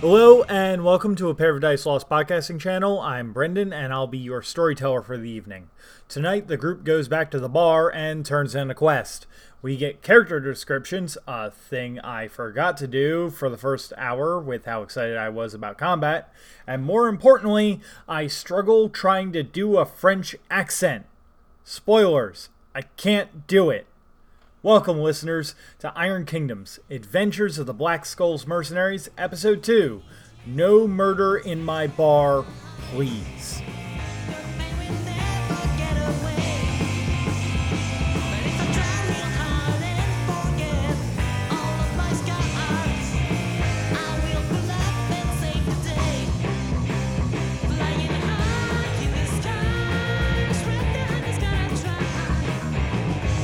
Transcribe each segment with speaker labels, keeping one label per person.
Speaker 1: Hello and welcome to a Paradise Lost podcasting channel. I'm Brendan and I'll be your storyteller for the evening. Tonight, the group goes back to the bar and turns in a quest. We get character descriptions, a thing I forgot to do for the first hour with how excited I was about combat, and more importantly, I struggle trying to do a French accent. Spoilers, I can't do it. Welcome, listeners, to Iron Kingdoms Adventures of the Black Skulls Mercenaries, Episode 2 No Murder in My Bar, Please.
Speaker 2: May we never get away. But if I try real hard and forget all of my scars, I will pull up and save the day. Flying high in the sky, spreading the sky, try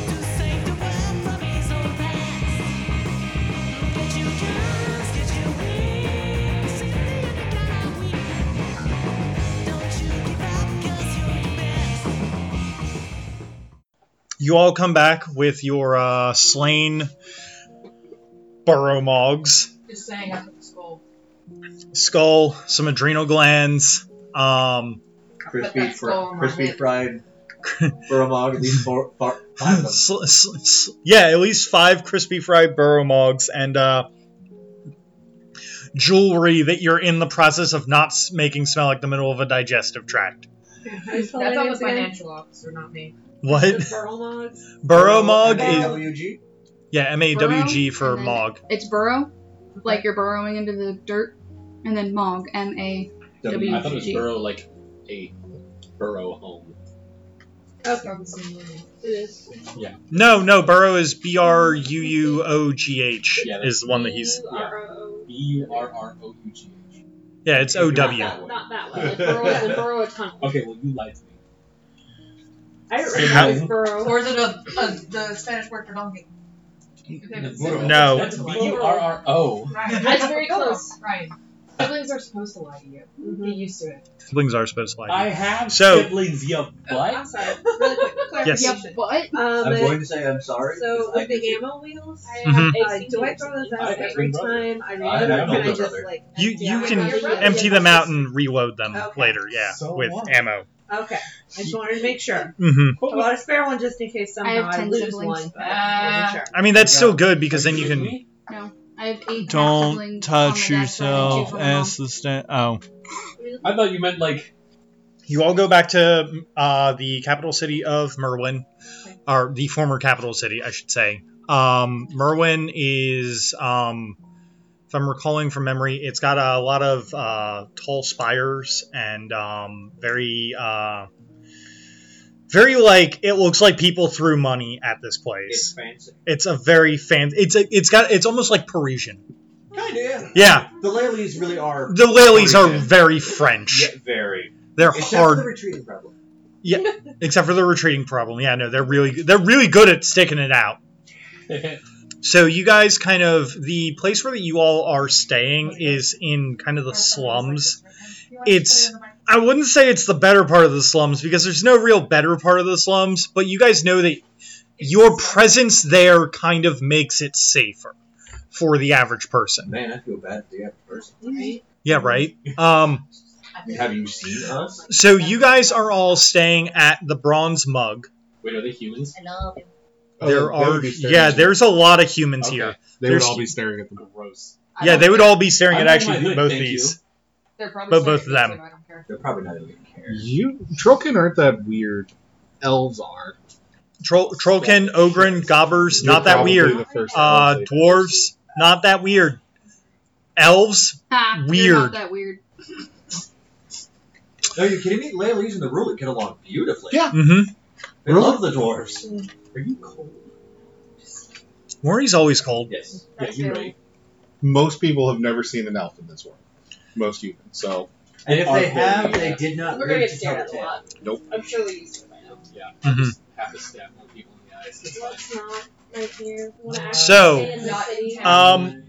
Speaker 2: to save the world from his own past. Get your guns, get your wings, save the other guy weak. Don't you give up, cause you're the best.
Speaker 1: You all come back with your uh, slain burromogs,
Speaker 3: Just saying, up at the school.
Speaker 1: skull, some adrenal glands, um,
Speaker 3: But
Speaker 4: crispy
Speaker 3: that's
Speaker 4: fr-
Speaker 3: all in my
Speaker 4: crispy
Speaker 3: head.
Speaker 4: fried burromog, at least four, four, five of them.
Speaker 1: sl- sl- sl- yeah, at least five crispy fried burromogs and uh, jewelry that you're in the process of not s- making smell like the middle of a digestive tract.
Speaker 3: That's on the financial officer, not me.
Speaker 1: What?
Speaker 5: Burromogs.
Speaker 1: Burrowmog is
Speaker 4: M-A-W-G?
Speaker 1: yeah, M A W G for
Speaker 5: Burrow, and then-
Speaker 1: mog.
Speaker 5: It's burrow, like you're burrowing into the dirt, and then mog, M A. W-
Speaker 6: I thought it was
Speaker 5: Gee.
Speaker 6: burrow like a burrow home.
Speaker 1: No, no, burrow is B R U U O G H
Speaker 6: Yeah, that's-
Speaker 1: is the one that he's.
Speaker 6: B U R R O U G H.
Speaker 1: Yeah, it's O W.
Speaker 6: Not that
Speaker 7: that
Speaker 6: one.
Speaker 7: one. Like burrow, the burrow tunnel.
Speaker 6: Okay, well you lied to me.
Speaker 7: I
Speaker 6: Same
Speaker 7: remember
Speaker 6: thing.
Speaker 7: burrow.
Speaker 3: Or is it a, a, the Spanish word for donkey?
Speaker 1: No.
Speaker 6: That's B U R R O.
Speaker 3: Right.
Speaker 7: That's very close. Mm-hmm.
Speaker 3: Right. Siblings are supposed to lie to you. Be used to it.
Speaker 1: Siblings are supposed to like.
Speaker 6: I have
Speaker 1: So-
Speaker 6: siblings, you
Speaker 7: I'm
Speaker 6: what?
Speaker 7: sorry. Really quick
Speaker 1: Yes.
Speaker 5: Yeah,
Speaker 7: clarification.
Speaker 5: what?
Speaker 4: I'm going
Speaker 7: Um,
Speaker 4: to say I'm sorry.
Speaker 7: so
Speaker 4: because I
Speaker 7: with the
Speaker 4: did-
Speaker 7: ammo wheels,
Speaker 1: Mhm.
Speaker 7: uh, do I throw those
Speaker 6: I
Speaker 7: out
Speaker 6: have
Speaker 7: every
Speaker 6: twin brothers.
Speaker 7: time I
Speaker 6: I
Speaker 7: reload
Speaker 6: have
Speaker 7: them? Can I
Speaker 6: older
Speaker 7: just
Speaker 6: brother.
Speaker 7: like
Speaker 1: You
Speaker 7: empty
Speaker 1: you
Speaker 7: out
Speaker 1: can
Speaker 7: my
Speaker 3: You're
Speaker 7: brother?
Speaker 3: right.
Speaker 1: empty them out and reload them
Speaker 7: Okay.
Speaker 1: later. Yeah,
Speaker 6: So
Speaker 1: with
Speaker 6: what?
Speaker 1: ammo.
Speaker 7: Okay, I just wanted to make sure.
Speaker 1: hmm
Speaker 7: I bought a spare one just in case somehow
Speaker 5: I
Speaker 7: I,
Speaker 5: have 10
Speaker 7: lose
Speaker 5: siblings.
Speaker 7: one. But I
Speaker 3: Ah.
Speaker 7: wasn't sure.
Speaker 1: I mean that's still good because then you can.
Speaker 6: Me?
Speaker 5: I have eight.
Speaker 8: Don't
Speaker 5: siblings on
Speaker 8: touch
Speaker 5: my dad's side and two
Speaker 8: yourself
Speaker 5: from my mom.
Speaker 8: as the stand. Oh,
Speaker 6: I thought you meant like
Speaker 1: You all go back to uh, the capital city of Merwin, or the former capital city, I should say. Um, Merwin is, um, if I'm recalling from memory, it's got a lot of uh, tall spires and um, very, uh, very like it looks like people threw money at this
Speaker 6: it's
Speaker 1: place.
Speaker 6: fancy.
Speaker 1: It's a very fan. It's a, it's got it's almost like Parisian.
Speaker 4: Kinda, yeah.
Speaker 1: Yeah,
Speaker 4: The Leleys really are.
Speaker 1: the lilies are
Speaker 4: Parisian.
Speaker 1: very French.
Speaker 6: very.
Speaker 1: They're
Speaker 4: Except
Speaker 1: hard
Speaker 4: for the retreating problem.
Speaker 1: except for the retreating problem. Yeah, no, they're really they're really good at sticking it out. So you guys kind of the place where that you all are staying is in kind of the slums. It's I wouldn't say it's the better part of the slums because there's no real better part of the slums, but you guys know that your presence there kind of makes it safer for the average person.
Speaker 4: Man, I feel bad for the other person.
Speaker 1: Yeah, right? Um
Speaker 4: Have you seen us?
Speaker 1: so you guys are all staying at the Bronze Mug.
Speaker 6: Wait, are they humans?
Speaker 2: I love you.
Speaker 9: Oh,
Speaker 1: There are yeah, there's a lot of humans
Speaker 6: Okay.
Speaker 1: here.
Speaker 9: They would
Speaker 1: There's-
Speaker 9: all be staring at them.
Speaker 6: Gross.
Speaker 3: I
Speaker 1: Yeah,
Speaker 3: don't
Speaker 1: they would
Speaker 3: care.
Speaker 1: all be staring
Speaker 6: I
Speaker 1: at
Speaker 6: don't mind
Speaker 1: actually
Speaker 6: it,
Speaker 1: both
Speaker 6: thank
Speaker 1: these.
Speaker 3: They're probably
Speaker 1: but both
Speaker 3: saying it,
Speaker 1: of
Speaker 3: so I don't care.
Speaker 4: They're probably not even care.
Speaker 9: You Trollkin aren't that weird. Elves are.
Speaker 1: Troll, Trollkin, Ogren, Gobbers,
Speaker 9: You're
Speaker 1: not that
Speaker 9: probably
Speaker 1: weird.
Speaker 9: The first
Speaker 1: Uh,
Speaker 9: elf they-
Speaker 1: dwarves, not that weird. Elves,
Speaker 5: Ha, You're
Speaker 1: Weird.
Speaker 5: not that weird.
Speaker 4: Are you kidding me? Leleys and the Rulik get along beautifully.
Speaker 9: Yeah.
Speaker 1: mm-hmm.
Speaker 4: They love the dwarves. Are you cold?
Speaker 1: Maury's always cold.
Speaker 6: Yes.
Speaker 5: That's
Speaker 6: yeah, you're
Speaker 5: fair.
Speaker 6: right.
Speaker 9: Most people have never seen an elf in this world. Most humans. So
Speaker 4: And if
Speaker 6: Are
Speaker 4: they have,
Speaker 6: cold,
Speaker 4: they
Speaker 6: yeah.
Speaker 4: did not
Speaker 7: We're gonna
Speaker 4: live
Speaker 7: get
Speaker 4: to tell
Speaker 7: stared
Speaker 4: the
Speaker 7: at a
Speaker 4: tale.
Speaker 7: lot.
Speaker 9: Nope.
Speaker 7: I'm sure we're used to it by now.
Speaker 1: Mhm.
Speaker 6: Yeah.
Speaker 9: Mm-hmm.
Speaker 6: Just have to stab more people in the eyes. It's fine.
Speaker 7: Let's not right here. Wanna actually
Speaker 1: So,
Speaker 7: stay in the
Speaker 3: Not in
Speaker 7: city.
Speaker 3: town.
Speaker 1: Um,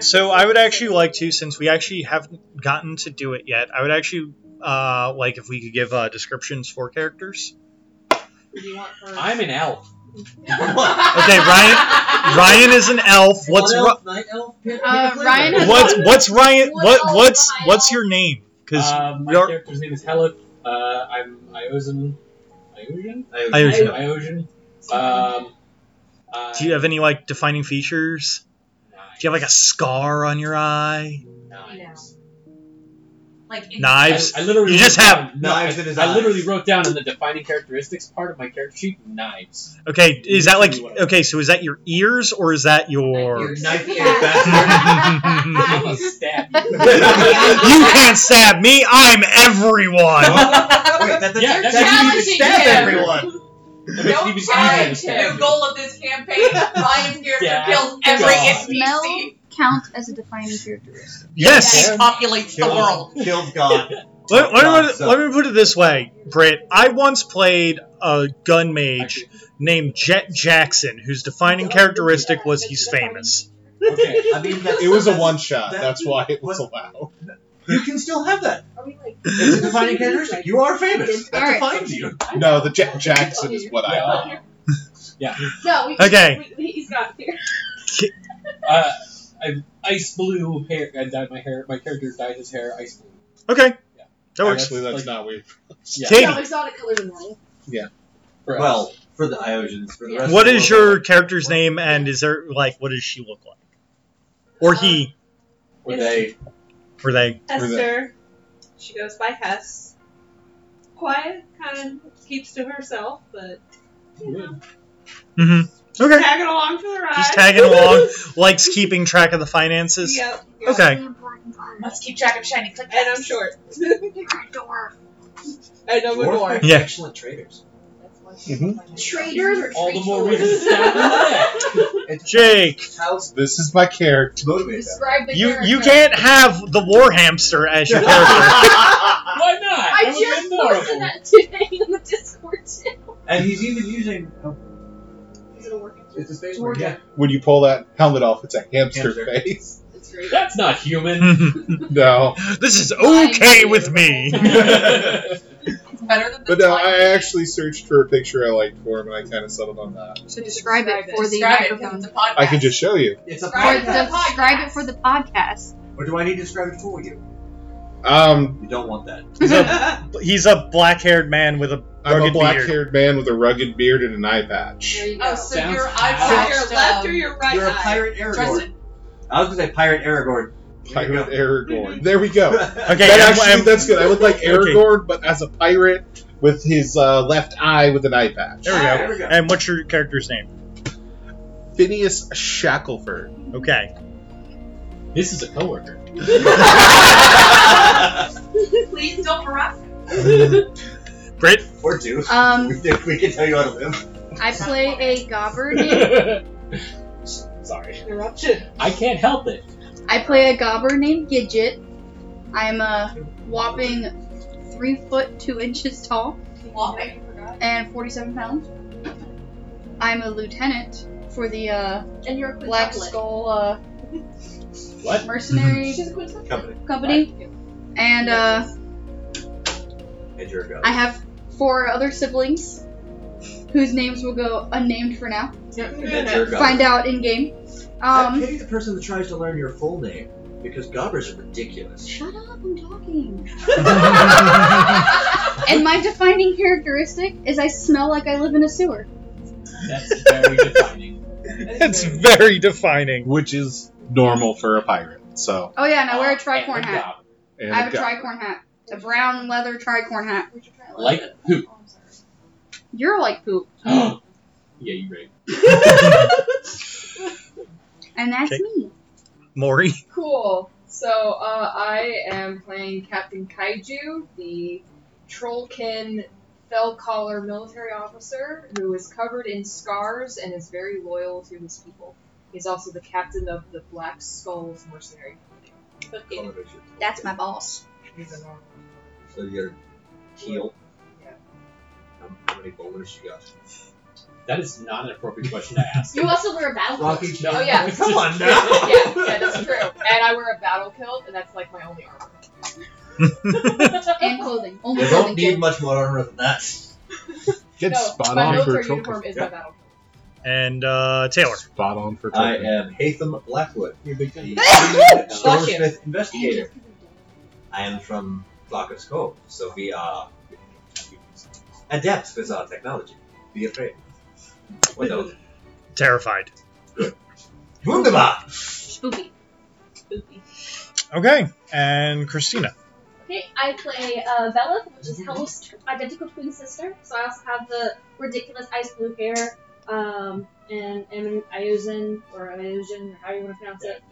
Speaker 1: So I would actually like to, since we actually haven't gotten to do it yet, I would actually uh, like if we could give uh, descriptions for characters.
Speaker 3: Who do you want first?
Speaker 6: I'm an elf.
Speaker 1: Okay, Ryan. Ryan is an elf. What's
Speaker 4: Blood
Speaker 1: Ri-
Speaker 4: elf, night elf? Pick- pick
Speaker 5: Uh,
Speaker 4: a flavor.
Speaker 5: Ryan has-
Speaker 1: what's what's Ryan?
Speaker 7: What
Speaker 1: What
Speaker 7: elf
Speaker 1: what's
Speaker 7: am I?
Speaker 1: what's your name? Because
Speaker 6: Uh, my
Speaker 1: you're-
Speaker 6: character's name is Helic. Uh, I'm Iosian. Iosian?
Speaker 1: Irish.
Speaker 6: Iosian. Um, uh,
Speaker 1: do you have any like defining features? Do you have like a scar on your eye?
Speaker 6: knives?
Speaker 2: Like in-
Speaker 1: Knives.
Speaker 6: I, I literally
Speaker 1: You
Speaker 6: wrote
Speaker 1: just have
Speaker 6: down- no,
Speaker 4: knives
Speaker 6: I,
Speaker 4: in his
Speaker 6: I literally
Speaker 4: eyes.
Speaker 6: wrote down in the defining characteristics part of my character sheet knives.
Speaker 1: Okay, is that like okay? So is that your ears or is that your?
Speaker 4: Your
Speaker 1: you
Speaker 4: knife ear
Speaker 7: Yeah.
Speaker 4: bastard.
Speaker 6: I'm gonna stab you.
Speaker 1: can't stab me. I'm everyone.
Speaker 4: Wait, that, that,
Speaker 6: Yeah,
Speaker 4: that,
Speaker 6: that's
Speaker 4: that
Speaker 2: challenging
Speaker 4: you can stab
Speaker 2: him.
Speaker 4: everyone.
Speaker 6: That makes it
Speaker 2: Don't
Speaker 6: even
Speaker 2: challenge
Speaker 6: easier.
Speaker 2: him. New goal of this campaign: Ryan's character
Speaker 6: Yeah.
Speaker 2: kills every
Speaker 6: God.
Speaker 5: Smell
Speaker 2: NPC.
Speaker 5: counts as a defining characteristic.
Speaker 1: Yes.
Speaker 2: He populates the
Speaker 4: Kills,
Speaker 2: world.
Speaker 4: kills God.
Speaker 1: Let, let me put it,
Speaker 4: So-
Speaker 1: let me put it this way, Britt. I once played a gun mage
Speaker 6: Actually,
Speaker 1: named Jet Jackson, whose defining characteristic was he's famous.
Speaker 6: Okay.
Speaker 4: I mean, that's,
Speaker 9: It was a
Speaker 4: that's-
Speaker 9: one shot.
Speaker 4: that-
Speaker 9: That's why it was allowed.
Speaker 4: You can still have that.
Speaker 7: Are we like?
Speaker 4: It's a defining characteristic. You are famous. That
Speaker 5: Alright.
Speaker 4: defines you.
Speaker 9: No, the Jack Jackson is what I allowed.
Speaker 7: No, we,
Speaker 1: Okay.
Speaker 7: We, we, he's not here.
Speaker 6: Uh, I ice blue hair. I dyed my hair. My character dyed his hair ice blue.
Speaker 1: Okay,
Speaker 6: Yeah.
Speaker 1: that works.
Speaker 9: Actually, that's
Speaker 6: Like-
Speaker 9: not weird.
Speaker 6: Yeah.
Speaker 1: Katie,
Speaker 7: No, exotic color than normal.
Speaker 6: Correct.
Speaker 4: Well, for the Iosians, for the rest
Speaker 1: what
Speaker 4: of the
Speaker 1: is
Speaker 4: world.
Speaker 1: your character's name, and is there like what does she look like, or he,
Speaker 6: were they?
Speaker 1: or they?
Speaker 7: Hester. She goes by Hess. Quiet, kind of keeps to herself, but
Speaker 1: Mm-hmm. Okay,
Speaker 7: tagging along for the ride.
Speaker 1: she's tagging along, likes keeping track of the finances.
Speaker 7: Yep. yep.
Speaker 1: Okay,
Speaker 2: Must keep track of shiny click
Speaker 7: And I'm short. I know
Speaker 4: Dwarves
Speaker 7: what
Speaker 4: are
Speaker 1: Yeah.
Speaker 4: excellent traders.
Speaker 1: Mm-hmm.
Speaker 5: Traitors or
Speaker 6: All the more reason to stab them to death.
Speaker 1: Jake,
Speaker 4: How
Speaker 9: This is my character.
Speaker 4: motivated that.
Speaker 5: Describe the
Speaker 1: you
Speaker 5: character.
Speaker 1: you can't have the war hamster as your character.
Speaker 6: Why not?
Speaker 7: I
Speaker 6: that
Speaker 7: just
Speaker 6: would
Speaker 7: posted
Speaker 6: have
Speaker 7: that today in the Discord too.
Speaker 4: And he's even using. Oh,
Speaker 7: Is it a working?
Speaker 4: it's a space word. Yeah.
Speaker 9: When you pull that helmet off, it's a hamster
Speaker 4: Hamster.
Speaker 9: face.
Speaker 7: It's
Speaker 6: been
Speaker 7: great.
Speaker 6: That's not human.
Speaker 1: Mhm.
Speaker 9: No,
Speaker 1: this is okay with me.
Speaker 2: It's better than the
Speaker 9: but uh, no,
Speaker 2: time.
Speaker 9: I actually searched for a picture I liked for him, and I kind of settled on that.
Speaker 5: So describe it for the
Speaker 2: Describe it 'cause
Speaker 5: microphone.
Speaker 2: it's a podcast.
Speaker 9: I could just show you.
Speaker 4: It's a
Speaker 5: Or
Speaker 2: Right.
Speaker 4: podcast.
Speaker 5: the- describe it for the podcast.
Speaker 4: Or do I need to describe it for you?
Speaker 9: Um,
Speaker 4: You don't want that.
Speaker 1: He's a, he's a black-haired man with a
Speaker 9: I'm
Speaker 1: rugged
Speaker 9: a black-haired
Speaker 1: beard.
Speaker 9: man with a rugged beard and an eye patch.
Speaker 7: There you go.
Speaker 2: Oh, so
Speaker 6: Sounds
Speaker 2: your
Speaker 7: so
Speaker 6: out.
Speaker 2: eyes
Speaker 7: your left or your right
Speaker 4: You're a
Speaker 5: uh,
Speaker 7: eye?
Speaker 4: pirate Aragorn.
Speaker 2: Dresden?
Speaker 4: I was gonna say pirate Aragorn. There you
Speaker 9: Pirate Aragorn. There we go.
Speaker 4: go.
Speaker 1: Oh, Okay,
Speaker 9: that
Speaker 1: I'm-
Speaker 9: actually,
Speaker 1: I'm-
Speaker 9: that's good. I look like
Speaker 1: Okay.
Speaker 9: Aragorn, but as a pirate with his uh, left eye with an eye patch.
Speaker 1: There we go.
Speaker 4: There we go.
Speaker 1: And what's your character's name?
Speaker 9: Phineas Shackelford.
Speaker 1: Okay.
Speaker 6: this is a coworker.
Speaker 2: Please don't harass him.
Speaker 1: Britt?
Speaker 4: or two. We
Speaker 5: Um,
Speaker 4: think we can tell you out of him.
Speaker 5: I play a gobbler named
Speaker 6: Sorry,
Speaker 7: Interruption.
Speaker 6: I can't help it.
Speaker 5: I play a gobbler named Gidget. I'm a whopping three foot two inches tall
Speaker 2: Walking.
Speaker 5: and 47 pounds. I'm a lieutenant for the uh,
Speaker 7: And you're a
Speaker 5: Black
Speaker 7: quintuplet.
Speaker 5: Skull uh,
Speaker 6: What?
Speaker 5: mercenary
Speaker 7: She's a quintuplet.
Speaker 4: Company.
Speaker 5: company, and uh,
Speaker 4: And you're a god.
Speaker 5: I have four other siblings whose names will go unnamed for now.
Speaker 4: And you're a god.
Speaker 5: Find out in game.
Speaker 4: I
Speaker 5: Um,
Speaker 4: pity the person that tries to learn your full name because gobbers are ridiculous.
Speaker 5: shut up! I'm talking. And my defining characteristic is I smell like I live in a sewer.
Speaker 6: That's very defining.
Speaker 1: That's very defining.
Speaker 9: which is normal for a pirate. So,
Speaker 5: Oh yeah, and
Speaker 4: Um,
Speaker 5: I wear a
Speaker 6: Uh,
Speaker 5: tricorn
Speaker 6: and
Speaker 5: hat.
Speaker 6: gob.
Speaker 9: and
Speaker 5: I have a
Speaker 9: got-
Speaker 5: tricorn hat. It's a brown leather tricorn hat.
Speaker 6: Like poop.
Speaker 5: You're like poop.
Speaker 6: yeah, you're right.
Speaker 5: And that's
Speaker 1: Okay.
Speaker 5: me.
Speaker 1: Maury.
Speaker 3: Cool. So uh, I am playing Captain Kaiju, the trollkin fell collar military officer who is covered in scars and is very loyal to his people. He's also the captain of the Black Skulls mercenary company.
Speaker 4: Color vision.
Speaker 5: That's my boss.
Speaker 3: He's a normal.
Speaker 4: So you're teal.
Speaker 3: Yeah.
Speaker 4: Um, How many bowlers you got?
Speaker 6: That is not an appropriate question to ask.
Speaker 3: You also wear a battle
Speaker 4: Rocky
Speaker 3: kilt.
Speaker 4: Mountain.
Speaker 3: Oh yeah.
Speaker 6: It's
Speaker 4: Come
Speaker 6: just-
Speaker 4: on now.
Speaker 3: yeah, yeah, that's true. And I wear a battle kilt, and that's like my only armor.
Speaker 5: And clothing. Only
Speaker 4: You
Speaker 5: clothing.
Speaker 4: don't need much more armor than that.
Speaker 9: Good
Speaker 3: no,
Speaker 9: spot
Speaker 3: my
Speaker 9: on for
Speaker 3: military
Speaker 9: a troll.
Speaker 3: uniform is
Speaker 4: Yeah.
Speaker 3: my battle kilt.
Speaker 1: and uh, Taylor.
Speaker 9: Spot on for
Speaker 4: I
Speaker 9: Turpin.
Speaker 4: am Hatham Blackwood,
Speaker 6: You're big
Speaker 4: the
Speaker 10: Bless you.
Speaker 4: Stormsmith investigator. I am from Flocker's Cove, so we are adept with our technology. Be afraid. What else?
Speaker 1: Terrified.
Speaker 4: Wunderbar!
Speaker 7: Spooky. Spooky.
Speaker 1: Okay, and Christina.
Speaker 7: Okay, I play uh, Bella, which is Hell's identical twin sister. So I also have the ridiculous ice blue hair, um, and am an Iozan, or Iosian, or how you want to pronounce it.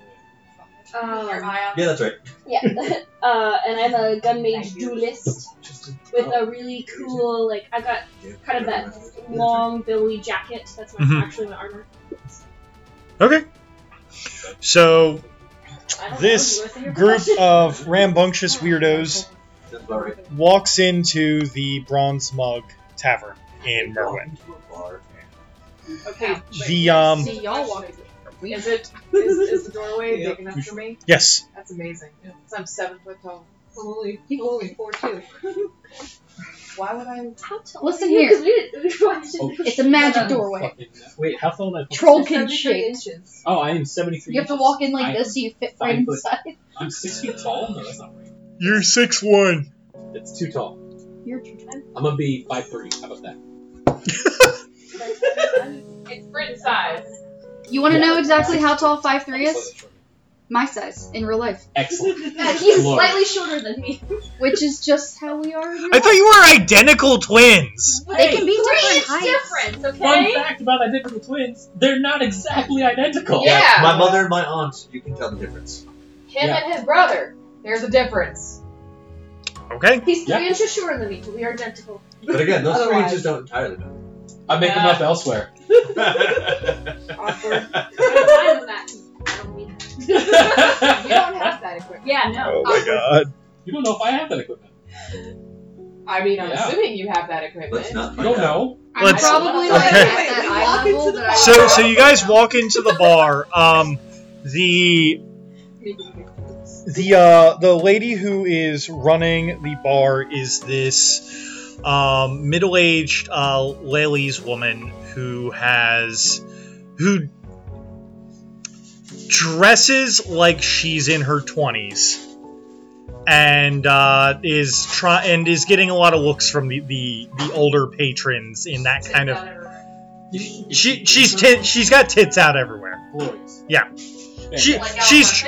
Speaker 10: Your
Speaker 7: Um,
Speaker 4: Yeah, that's right.
Speaker 7: yeah, uh, and I'm a gunmage duelist with
Speaker 1: Oh.
Speaker 7: a really cool, like, I got kind of that long billowy jacket. That's my,
Speaker 1: Mhm.
Speaker 7: actually my armor.
Speaker 1: Okay. So
Speaker 7: I don't know,
Speaker 1: This
Speaker 7: you wanna say your
Speaker 1: group
Speaker 7: profession?
Speaker 1: of rambunctious weirdos
Speaker 4: That's about right.
Speaker 1: walks into the Bronze Mug Tavern in Merwin.
Speaker 4: Into a bar.
Speaker 10: Okay. wait.
Speaker 1: The um
Speaker 3: See y'all walking.
Speaker 10: Is
Speaker 3: Is
Speaker 10: it?
Speaker 3: it is, is the doorway
Speaker 10: Yeah.
Speaker 3: big enough for me?
Speaker 1: yes,
Speaker 3: That's amazing. So I'm seven foot tall.
Speaker 10: Holy, holy, four two.
Speaker 3: Why would I?
Speaker 7: How tall
Speaker 5: Listen
Speaker 7: are you?
Speaker 5: here.
Speaker 7: 'Cause we didn't- we watched it.
Speaker 6: Oh.
Speaker 5: It's a magic doorway.
Speaker 6: Fucking- Wait, how tall am I?
Speaker 5: Troll
Speaker 10: You're
Speaker 5: can
Speaker 10: 73
Speaker 5: shape.
Speaker 10: inches.
Speaker 6: Oh, I am 73.
Speaker 5: You have to walk in like
Speaker 6: I-
Speaker 5: this so you fit
Speaker 6: five
Speaker 5: right
Speaker 6: foot.
Speaker 5: inside.
Speaker 6: I'm six feet tall? No, that's not right.
Speaker 1: you're six one.
Speaker 6: That's too tall.
Speaker 5: You're trying.
Speaker 6: I'm gonna be 5'3. How about that?
Speaker 7: It's Brit size.
Speaker 5: You want to
Speaker 6: Yeah.
Speaker 5: know exactly how tall 5'3 is?
Speaker 6: Excellent.
Speaker 5: My size in real life,
Speaker 6: Excellent.
Speaker 7: Yeah, he's
Speaker 6: Lord.
Speaker 7: slightly shorter than me.
Speaker 5: which is just how we are. in real
Speaker 1: I thought you were identical twins.
Speaker 5: life. they can
Speaker 7: Three
Speaker 5: be different
Speaker 7: inch
Speaker 5: heights.
Speaker 7: difference,
Speaker 6: Fun
Speaker 7: okay?
Speaker 6: fact about identical twins, they're not exactly identical.
Speaker 3: Yeah.
Speaker 4: My mother and my aunt, you can tell the difference.
Speaker 3: Him and his brother. There's a difference.
Speaker 1: Okay.
Speaker 7: He's three
Speaker 6: Yeah.
Speaker 7: inches shorter than me, but we are identical.
Speaker 4: But again, those three
Speaker 10: Otherwise-
Speaker 4: just don't entirely know.
Speaker 6: I make them
Speaker 10: Yeah.
Speaker 6: up elsewhere.
Speaker 3: Awkward.
Speaker 7: I don't mind that. I don't mean that.
Speaker 6: you
Speaker 3: You
Speaker 6: don't
Speaker 3: don't have that equipment.
Speaker 7: Yeah, no. awkward.
Speaker 1: god.
Speaker 6: know if I have that equipment.
Speaker 3: I mean, I'm
Speaker 6: Yeah.
Speaker 3: assuming you have that equipment.
Speaker 4: Let's not
Speaker 6: You
Speaker 4: find
Speaker 6: don't
Speaker 4: out.
Speaker 6: know.
Speaker 5: I'm
Speaker 1: Let's-
Speaker 5: probably
Speaker 1: Okay.
Speaker 5: like at
Speaker 10: Wait,
Speaker 5: that
Speaker 10: we walk
Speaker 5: eye
Speaker 10: into
Speaker 5: level
Speaker 10: the
Speaker 5: that I
Speaker 1: So so you guys walk into the bar. Um the the uh, the lady who is running the bar is this um, middle-aged uh, Lely's woman who has who dresses like she's in her 20s and uh, is try and is getting a lot of looks from the, the, the older patrons in that kind of she she's tit, she's got tits out everywhere
Speaker 6: glorious.
Speaker 1: Yeah.
Speaker 6: There
Speaker 1: she
Speaker 6: you go.
Speaker 1: she's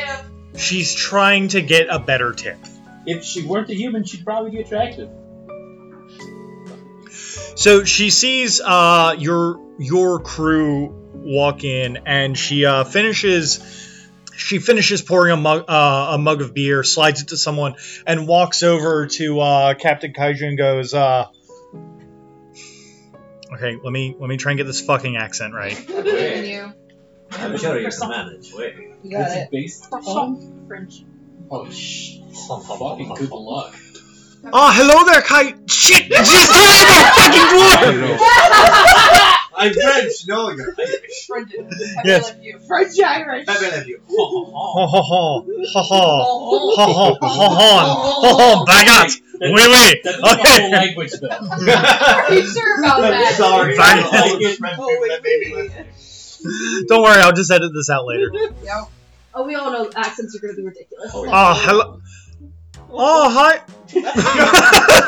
Speaker 1: she's trying to get a better tip
Speaker 6: if she weren't a human, she'd probably be attractive.
Speaker 1: So she sees uh, your your crew walk in, and she uh, finishes she finishes pouring a mug uh, a mug of beer, slides it to someone, and walks over to uh, Captain Kaiju and goes, uh, "Okay, let me let me try and get this fucking accent right."
Speaker 3: I believe in you.
Speaker 4: I'm sure you can manage. Wait.
Speaker 10: You
Speaker 6: Is
Speaker 10: got
Speaker 6: it
Speaker 10: it.
Speaker 6: based on French? Oh, sh- fucking good luck.
Speaker 1: Oh, hello there, Kai. Shit, she's totally the fucking dwarf.
Speaker 4: I'm French. No, you're Irish.
Speaker 3: Brendan, I
Speaker 1: Yes.
Speaker 3: feel like you.
Speaker 10: French Irish.
Speaker 4: I believe you.
Speaker 1: Ho
Speaker 6: Oh,
Speaker 1: ho ho ho ho
Speaker 10: Oh,
Speaker 1: ho ho ho ho ho ho. Bagat,
Speaker 6: That's-
Speaker 1: oui oui.
Speaker 6: That's not the whole
Speaker 1: Okay.
Speaker 6: language, though.
Speaker 3: Are you sure about
Speaker 4: I'm
Speaker 3: that?
Speaker 4: sorry.
Speaker 1: Fine.
Speaker 4: I'm all the French people that may be listening.
Speaker 1: Don't worry, I'll just edit this out later.
Speaker 7: Oh, we all know accents are going to be ridiculous.
Speaker 6: Oh, yeah.
Speaker 1: Oh, hello. Oh, hi.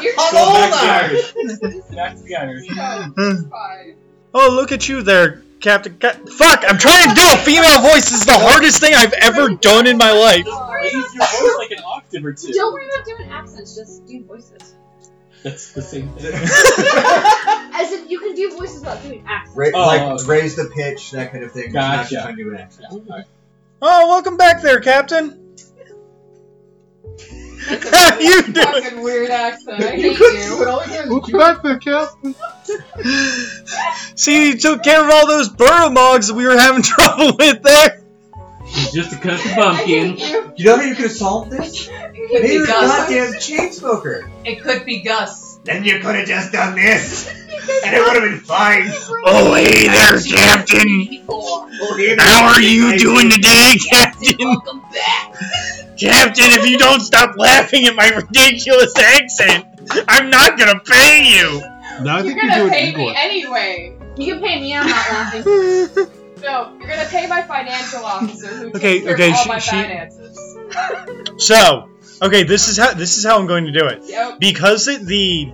Speaker 4: Go back to Irish.
Speaker 6: Back to the Irish.
Speaker 3: Fine.
Speaker 1: oh, look at you there, Captain. Ca- Fuck, I'm trying to do a female voice. This is the hardest thing I've ever done in my life.
Speaker 6: Raise your voice like an octave or two.
Speaker 7: Don't worry about doing accents, just do voices.
Speaker 6: That's the same thing.
Speaker 7: As if you can do voices without doing accents.
Speaker 4: Ra-
Speaker 6: Oh,
Speaker 4: like
Speaker 6: okay.
Speaker 4: raise the pitch, that kind of thing.
Speaker 6: Gotcha.
Speaker 4: Not trying to do an accent.
Speaker 6: Yeah, all right.
Speaker 1: Oh, welcome back there, Captain. How you doing?
Speaker 3: Fucking weird accent. I
Speaker 1: You
Speaker 3: hate
Speaker 1: couldn't
Speaker 3: you.
Speaker 1: do
Speaker 9: Welcome back there, Captain.
Speaker 1: See, you took care of all those burrow mogs that we were having trouble with there.
Speaker 6: She's just a cousin
Speaker 3: I hate you.
Speaker 4: You know how you could have solved this?
Speaker 3: It could
Speaker 4: Maybe
Speaker 3: be
Speaker 4: you're a
Speaker 3: Gus.
Speaker 4: goddamn chain smoker.
Speaker 3: It could be Gus.
Speaker 4: Then you could have just done this, and it would have been fine.
Speaker 1: Oh, hey there, Captain. How are you doing today, Captain?
Speaker 7: Welcome back.
Speaker 1: Captain, if you don't stop laughing at my ridiculous accent, I'm not gonna pay you.
Speaker 9: No, I
Speaker 3: You're
Speaker 9: think you
Speaker 3: gonna
Speaker 9: do it
Speaker 3: pay me
Speaker 9: English.
Speaker 3: anyway. You can pay me. I'm not laughing. no, you're gonna pay my financial officer who takes
Speaker 1: Okay,
Speaker 3: care of
Speaker 1: okay,
Speaker 3: all
Speaker 1: she-
Speaker 3: my
Speaker 1: she-
Speaker 3: finances.
Speaker 1: So, okay, this is how this is how I'm going to do it.
Speaker 3: Yep.
Speaker 1: Because it, the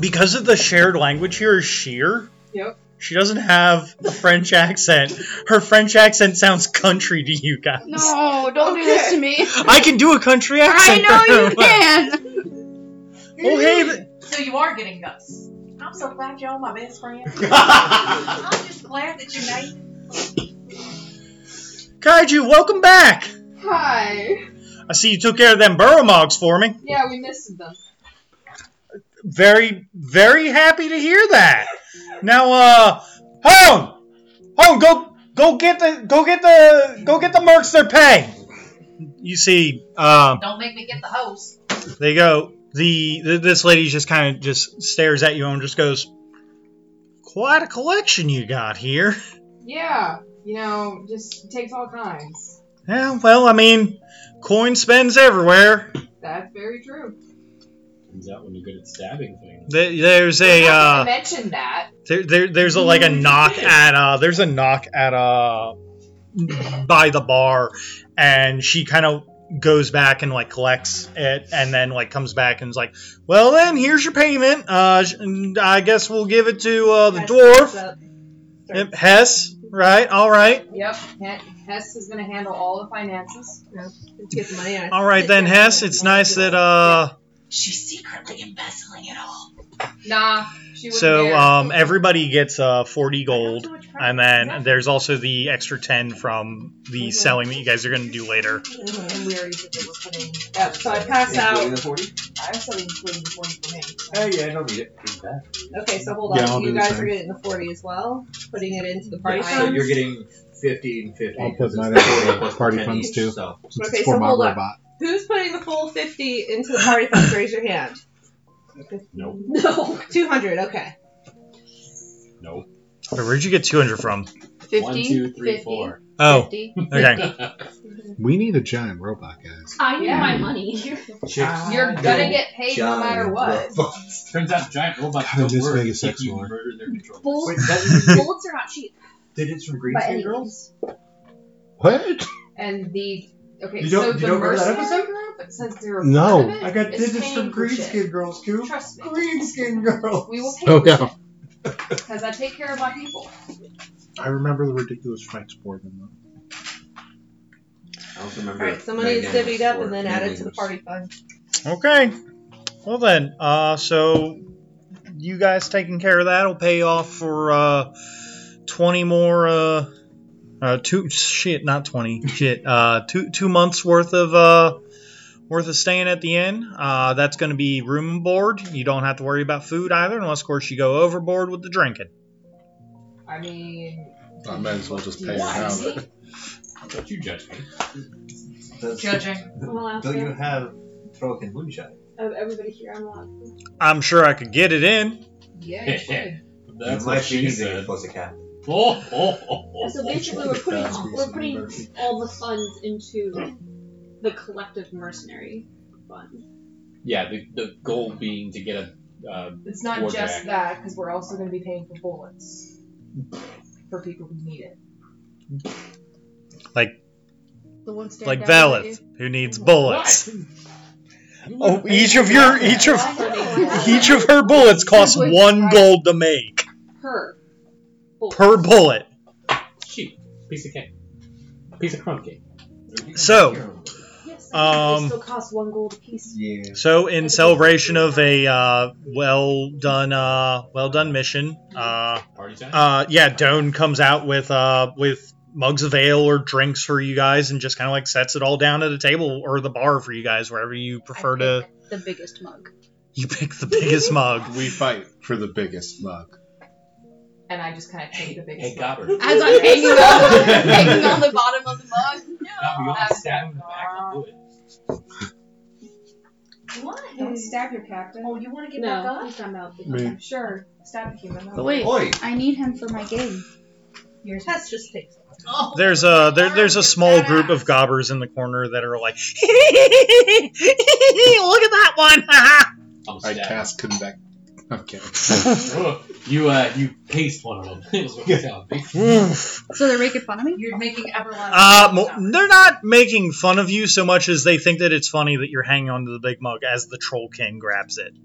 Speaker 1: because of the shared language here is sheer.
Speaker 3: Yep.
Speaker 1: She doesn't have a French accent. Her French accent sounds country to you guys.
Speaker 5: No, don't do this to me.
Speaker 1: I can do a country
Speaker 5: I
Speaker 1: accent.
Speaker 5: know
Speaker 1: very
Speaker 5: you
Speaker 1: well.
Speaker 5: can.
Speaker 1: Oh, hey, th-
Speaker 10: So you are getting Gus. I'm so glad you're my best friend. I'm just glad that you made it.
Speaker 1: Kaiju, welcome back.
Speaker 3: Hi.
Speaker 1: I see you took care of them burrow mogs for me.
Speaker 3: Yeah, we missed them.
Speaker 1: Very, very happy to hear that. Now, uh, home, home, go, go get the, go get the, go get the mercs their pay. You see, um,
Speaker 10: Don't make me get the hose.
Speaker 1: they go. The, th this lady just kind of just stares at you and just goes, "Quite a collection you got here."
Speaker 3: Yeah, you know, just takes all kinds.
Speaker 1: Yeah, well, I mean, coin spends everywhere.
Speaker 3: That's very true.
Speaker 6: Turns out when you're good at stabbing things.
Speaker 1: There- There's a
Speaker 3: I
Speaker 1: uh,
Speaker 3: mentioned that.
Speaker 1: there, there, there's a, like a knock at uh, there's a knock at uh, by the bar, and she kind of goes back and like collects it, and then like comes back and is like, well, then here's your payment. Uh, sh- and I guess we'll give it to uh, the dwarf Yep, Hess. Right, all right,
Speaker 3: Yep, H- Hess is gonna handle all the finances.
Speaker 10: Get the money out.
Speaker 1: all right then, Hess. It's nice that uh,
Speaker 10: She's secretly embezzling it all.
Speaker 3: Nah, she wouldn't
Speaker 1: so
Speaker 4: uh,
Speaker 3: dare.
Speaker 1: um, everybody gets uh, forty gold. And then there's also the extra 10 from the selling that you guys are going to do later.
Speaker 10: And we already said that we're putting.
Speaker 3: Yep, so I pass
Speaker 4: Including
Speaker 3: out.
Speaker 4: the 40?
Speaker 10: I also included the 40 for him.
Speaker 4: Oh, yeah, I don't need it. Give that.
Speaker 10: Okay, so hold on.
Speaker 9: Yeah, I'll
Speaker 10: you
Speaker 9: do the
Speaker 10: guys
Speaker 9: same.
Speaker 10: are getting the 40 as well, putting it into the price.
Speaker 4: So
Speaker 7: um,
Speaker 4: you're getting 50 and 50.
Speaker 9: I'll put
Speaker 4: because it's
Speaker 9: mine
Speaker 4: 40
Speaker 9: in
Speaker 4: plus
Speaker 9: party
Speaker 4: 10
Speaker 9: funds,
Speaker 4: each,
Speaker 9: too.
Speaker 4: So.
Speaker 9: Since
Speaker 10: Okay,
Speaker 9: it's for
Speaker 10: so
Speaker 9: my
Speaker 10: hold up.
Speaker 9: robot.
Speaker 10: Who's putting the full 50 into the party funds? Raise your hand.
Speaker 6: Nope.
Speaker 10: No. 200, okay.
Speaker 6: Nope.
Speaker 1: But where'd you get 200 from?
Speaker 5: 50,
Speaker 6: One, two, three,
Speaker 5: 50,
Speaker 6: four.
Speaker 1: Oh,
Speaker 5: 50.
Speaker 1: okay.
Speaker 9: We need a giant robot, guys.
Speaker 7: I need
Speaker 3: Yeah.
Speaker 7: my money.
Speaker 4: Chicks.
Speaker 3: You're gonna get paid no
Speaker 4: Giant
Speaker 3: matter what.
Speaker 4: robots.
Speaker 6: Turns out giant robots
Speaker 9: God,
Speaker 6: don't
Speaker 9: this
Speaker 6: work
Speaker 9: thing
Speaker 6: if
Speaker 9: is
Speaker 6: you
Speaker 9: sexual.
Speaker 6: murder their controllers.
Speaker 7: Bull-
Speaker 4: Wait, that,
Speaker 7: bullets are not cheap.
Speaker 4: did it from Green
Speaker 7: But
Speaker 4: Screen
Speaker 7: anyway.
Speaker 4: Girls?
Speaker 9: What?
Speaker 3: And the okay,
Speaker 4: You don't-
Speaker 3: so
Speaker 4: you
Speaker 3: the
Speaker 4: don't remember that
Speaker 3: mercenary
Speaker 4: episode?
Speaker 3: group, since they were
Speaker 9: No.
Speaker 3: part of it,
Speaker 4: I got
Speaker 3: is
Speaker 4: digits
Speaker 3: paying
Speaker 4: from
Speaker 3: for
Speaker 4: Green
Speaker 3: shit.
Speaker 4: Skin Girls, Coop.
Speaker 3: Trust me,
Speaker 4: Green Skin Girls.
Speaker 3: we will pay
Speaker 9: Oh,
Speaker 3: for
Speaker 9: yeah.
Speaker 3: because I take care of my people.
Speaker 9: I remember the ridiculous fights more than them.
Speaker 4: I also remember.
Speaker 10: Alright, so money is divvied up and then added to the party fund.
Speaker 1: Okay. Well, then, uh, so you guys taking care of that will pay off for uh, 20 more. Uh, uh, two shit, not twenty shit. Uh, two two months worth of uh, worth of staying at the inn. Uh, that's going to be room and board. You don't have to worry about food either, unless of course you go overboard with the drinking.
Speaker 3: I mean,
Speaker 9: I might as well just pay it
Speaker 3: why?
Speaker 9: out.
Speaker 3: See?
Speaker 6: Don't you judge me.
Speaker 10: Judging.
Speaker 7: I'm allowed
Speaker 4: Don't you
Speaker 7: to.
Speaker 4: have Trollkin Moonshine?
Speaker 7: Of everybody here, I'm allowed to.
Speaker 1: I'm sure I could get it in.
Speaker 3: Yeah, you should.
Speaker 6: That's
Speaker 4: you might
Speaker 6: what
Speaker 4: be
Speaker 6: she
Speaker 4: using it
Speaker 6: said.
Speaker 4: plus a cap.
Speaker 6: Oh, oh, oh, oh.
Speaker 7: So basically, we're putting we're putting all the funds into the collective mercenary fund.
Speaker 6: Yeah, the, the goal being to get a. Uh,
Speaker 3: It's not
Speaker 6: War
Speaker 3: just
Speaker 6: jacket.
Speaker 3: that because we're also gonna be paying for bullets for people who need it.
Speaker 10: The one staring
Speaker 1: like
Speaker 10: down at
Speaker 1: Valeth,
Speaker 10: you.
Speaker 1: who needs bullets.
Speaker 6: You
Speaker 1: Oh,
Speaker 6: wanna
Speaker 1: each
Speaker 6: pay
Speaker 1: of
Speaker 6: for
Speaker 1: your
Speaker 6: that?
Speaker 1: each of each of her bullets costs one gold to make
Speaker 7: Her.
Speaker 1: per bullet.
Speaker 6: Cheap. Piece of cake. Piece of crumb cake.
Speaker 4: Oh.
Speaker 1: So-
Speaker 7: Yes,
Speaker 1: Um,
Speaker 7: they still cost one gold apiece.
Speaker 4: Yeah.
Speaker 1: So, in celebration of a uh, well done, uh, well done mission, uh,
Speaker 6: Party time?
Speaker 1: uh, yeah, Doan comes out with uh, with mugs of ale or drinks for you guys, and just kind of like sets it all down at a table or the bar for you guys, wherever you prefer to.
Speaker 5: The biggest mug.
Speaker 1: You pick the biggest mug.
Speaker 9: We fight for the biggest mug.
Speaker 3: And I just kind of take the biggest.
Speaker 6: hey, Gobber.
Speaker 5: As I'm hanging on, hanging on the bottom of the mug.
Speaker 6: Gobber, you want to
Speaker 3: that's
Speaker 6: stab him in the back? I'll do it.
Speaker 3: Don't stab your captain. Oh, you want to
Speaker 7: No, he's talking about the-
Speaker 9: Me.
Speaker 3: Sure, stab a human.
Speaker 5: But wait,
Speaker 4: Oi.
Speaker 5: I need him for my game.
Speaker 10: Your test just takes
Speaker 3: Oh.
Speaker 1: There's a there, there's a small group of gobbers in the corner that are like, look at that one.
Speaker 6: I'll
Speaker 9: I
Speaker 6: stab him.
Speaker 9: cast convect Okay.
Speaker 6: you uh, you paced one of them. is what you tell me.
Speaker 5: So they're making fun of me?
Speaker 11: You're making everyone.
Speaker 1: Uh, mo- they're not making fun of you so much as they think that it's funny that you're hanging onto the big mug as the troll king grabs it.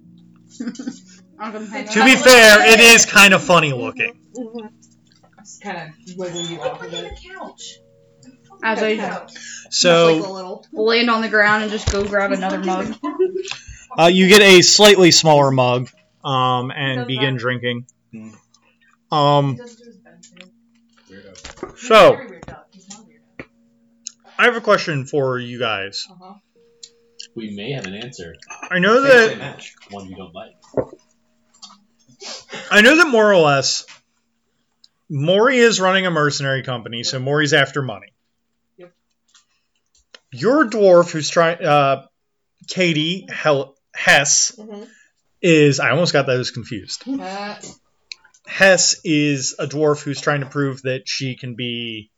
Speaker 5: I'm gonna hang
Speaker 1: To
Speaker 5: on.
Speaker 1: be fair, it is kind of funny looking.
Speaker 3: Just kind of wiggle you off of it.
Speaker 11: couch.
Speaker 5: As I
Speaker 1: So
Speaker 5: land on the ground and just go grab another mug.
Speaker 1: uh, you get a slightly smaller mug um, and begin drinking. Um, so
Speaker 11: Very weird dog. He's not weird.
Speaker 1: I have a question for you guys.
Speaker 3: Uh-huh.
Speaker 6: We may have an answer.
Speaker 1: I know
Speaker 6: Fancy
Speaker 1: that
Speaker 6: match, one you don't like.
Speaker 1: I know that more or less, Maury is running a mercenary company, so Maury's after money.
Speaker 3: Yep.
Speaker 1: Your dwarf, who's trying, uh, Katie Hel- Hess, is I almost got those confused.
Speaker 3: Uh,
Speaker 1: Hess is a dwarf who's trying to prove that she can be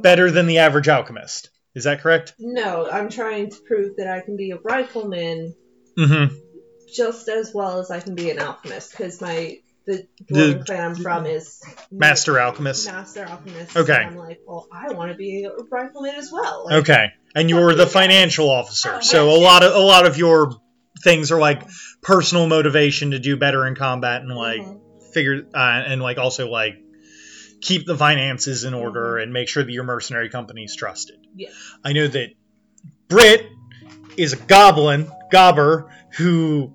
Speaker 1: better than the average alchemist. Is that correct?
Speaker 10: No, I'm trying to prove that I can be a rifleman
Speaker 1: Mm-hmm.
Speaker 10: just as well as I can be an alchemist because my the
Speaker 1: The-
Speaker 10: dwarven clan I'm from is
Speaker 1: Master alchemist.
Speaker 10: master alchemist.
Speaker 1: Okay.
Speaker 10: And I'm like, well, I want to be a rifleman as well. Like, Oh,
Speaker 1: Okay, and you're the financial officer, so a lot of a lot of your things are like personal motivation to do better in combat and like
Speaker 10: Mm-hmm.
Speaker 1: figure uh, and like also like keep the finances in order and make sure that your mercenary company is trusted.
Speaker 10: Mm-hmm. Yeah.
Speaker 1: I know that Brit is a goblin gobber who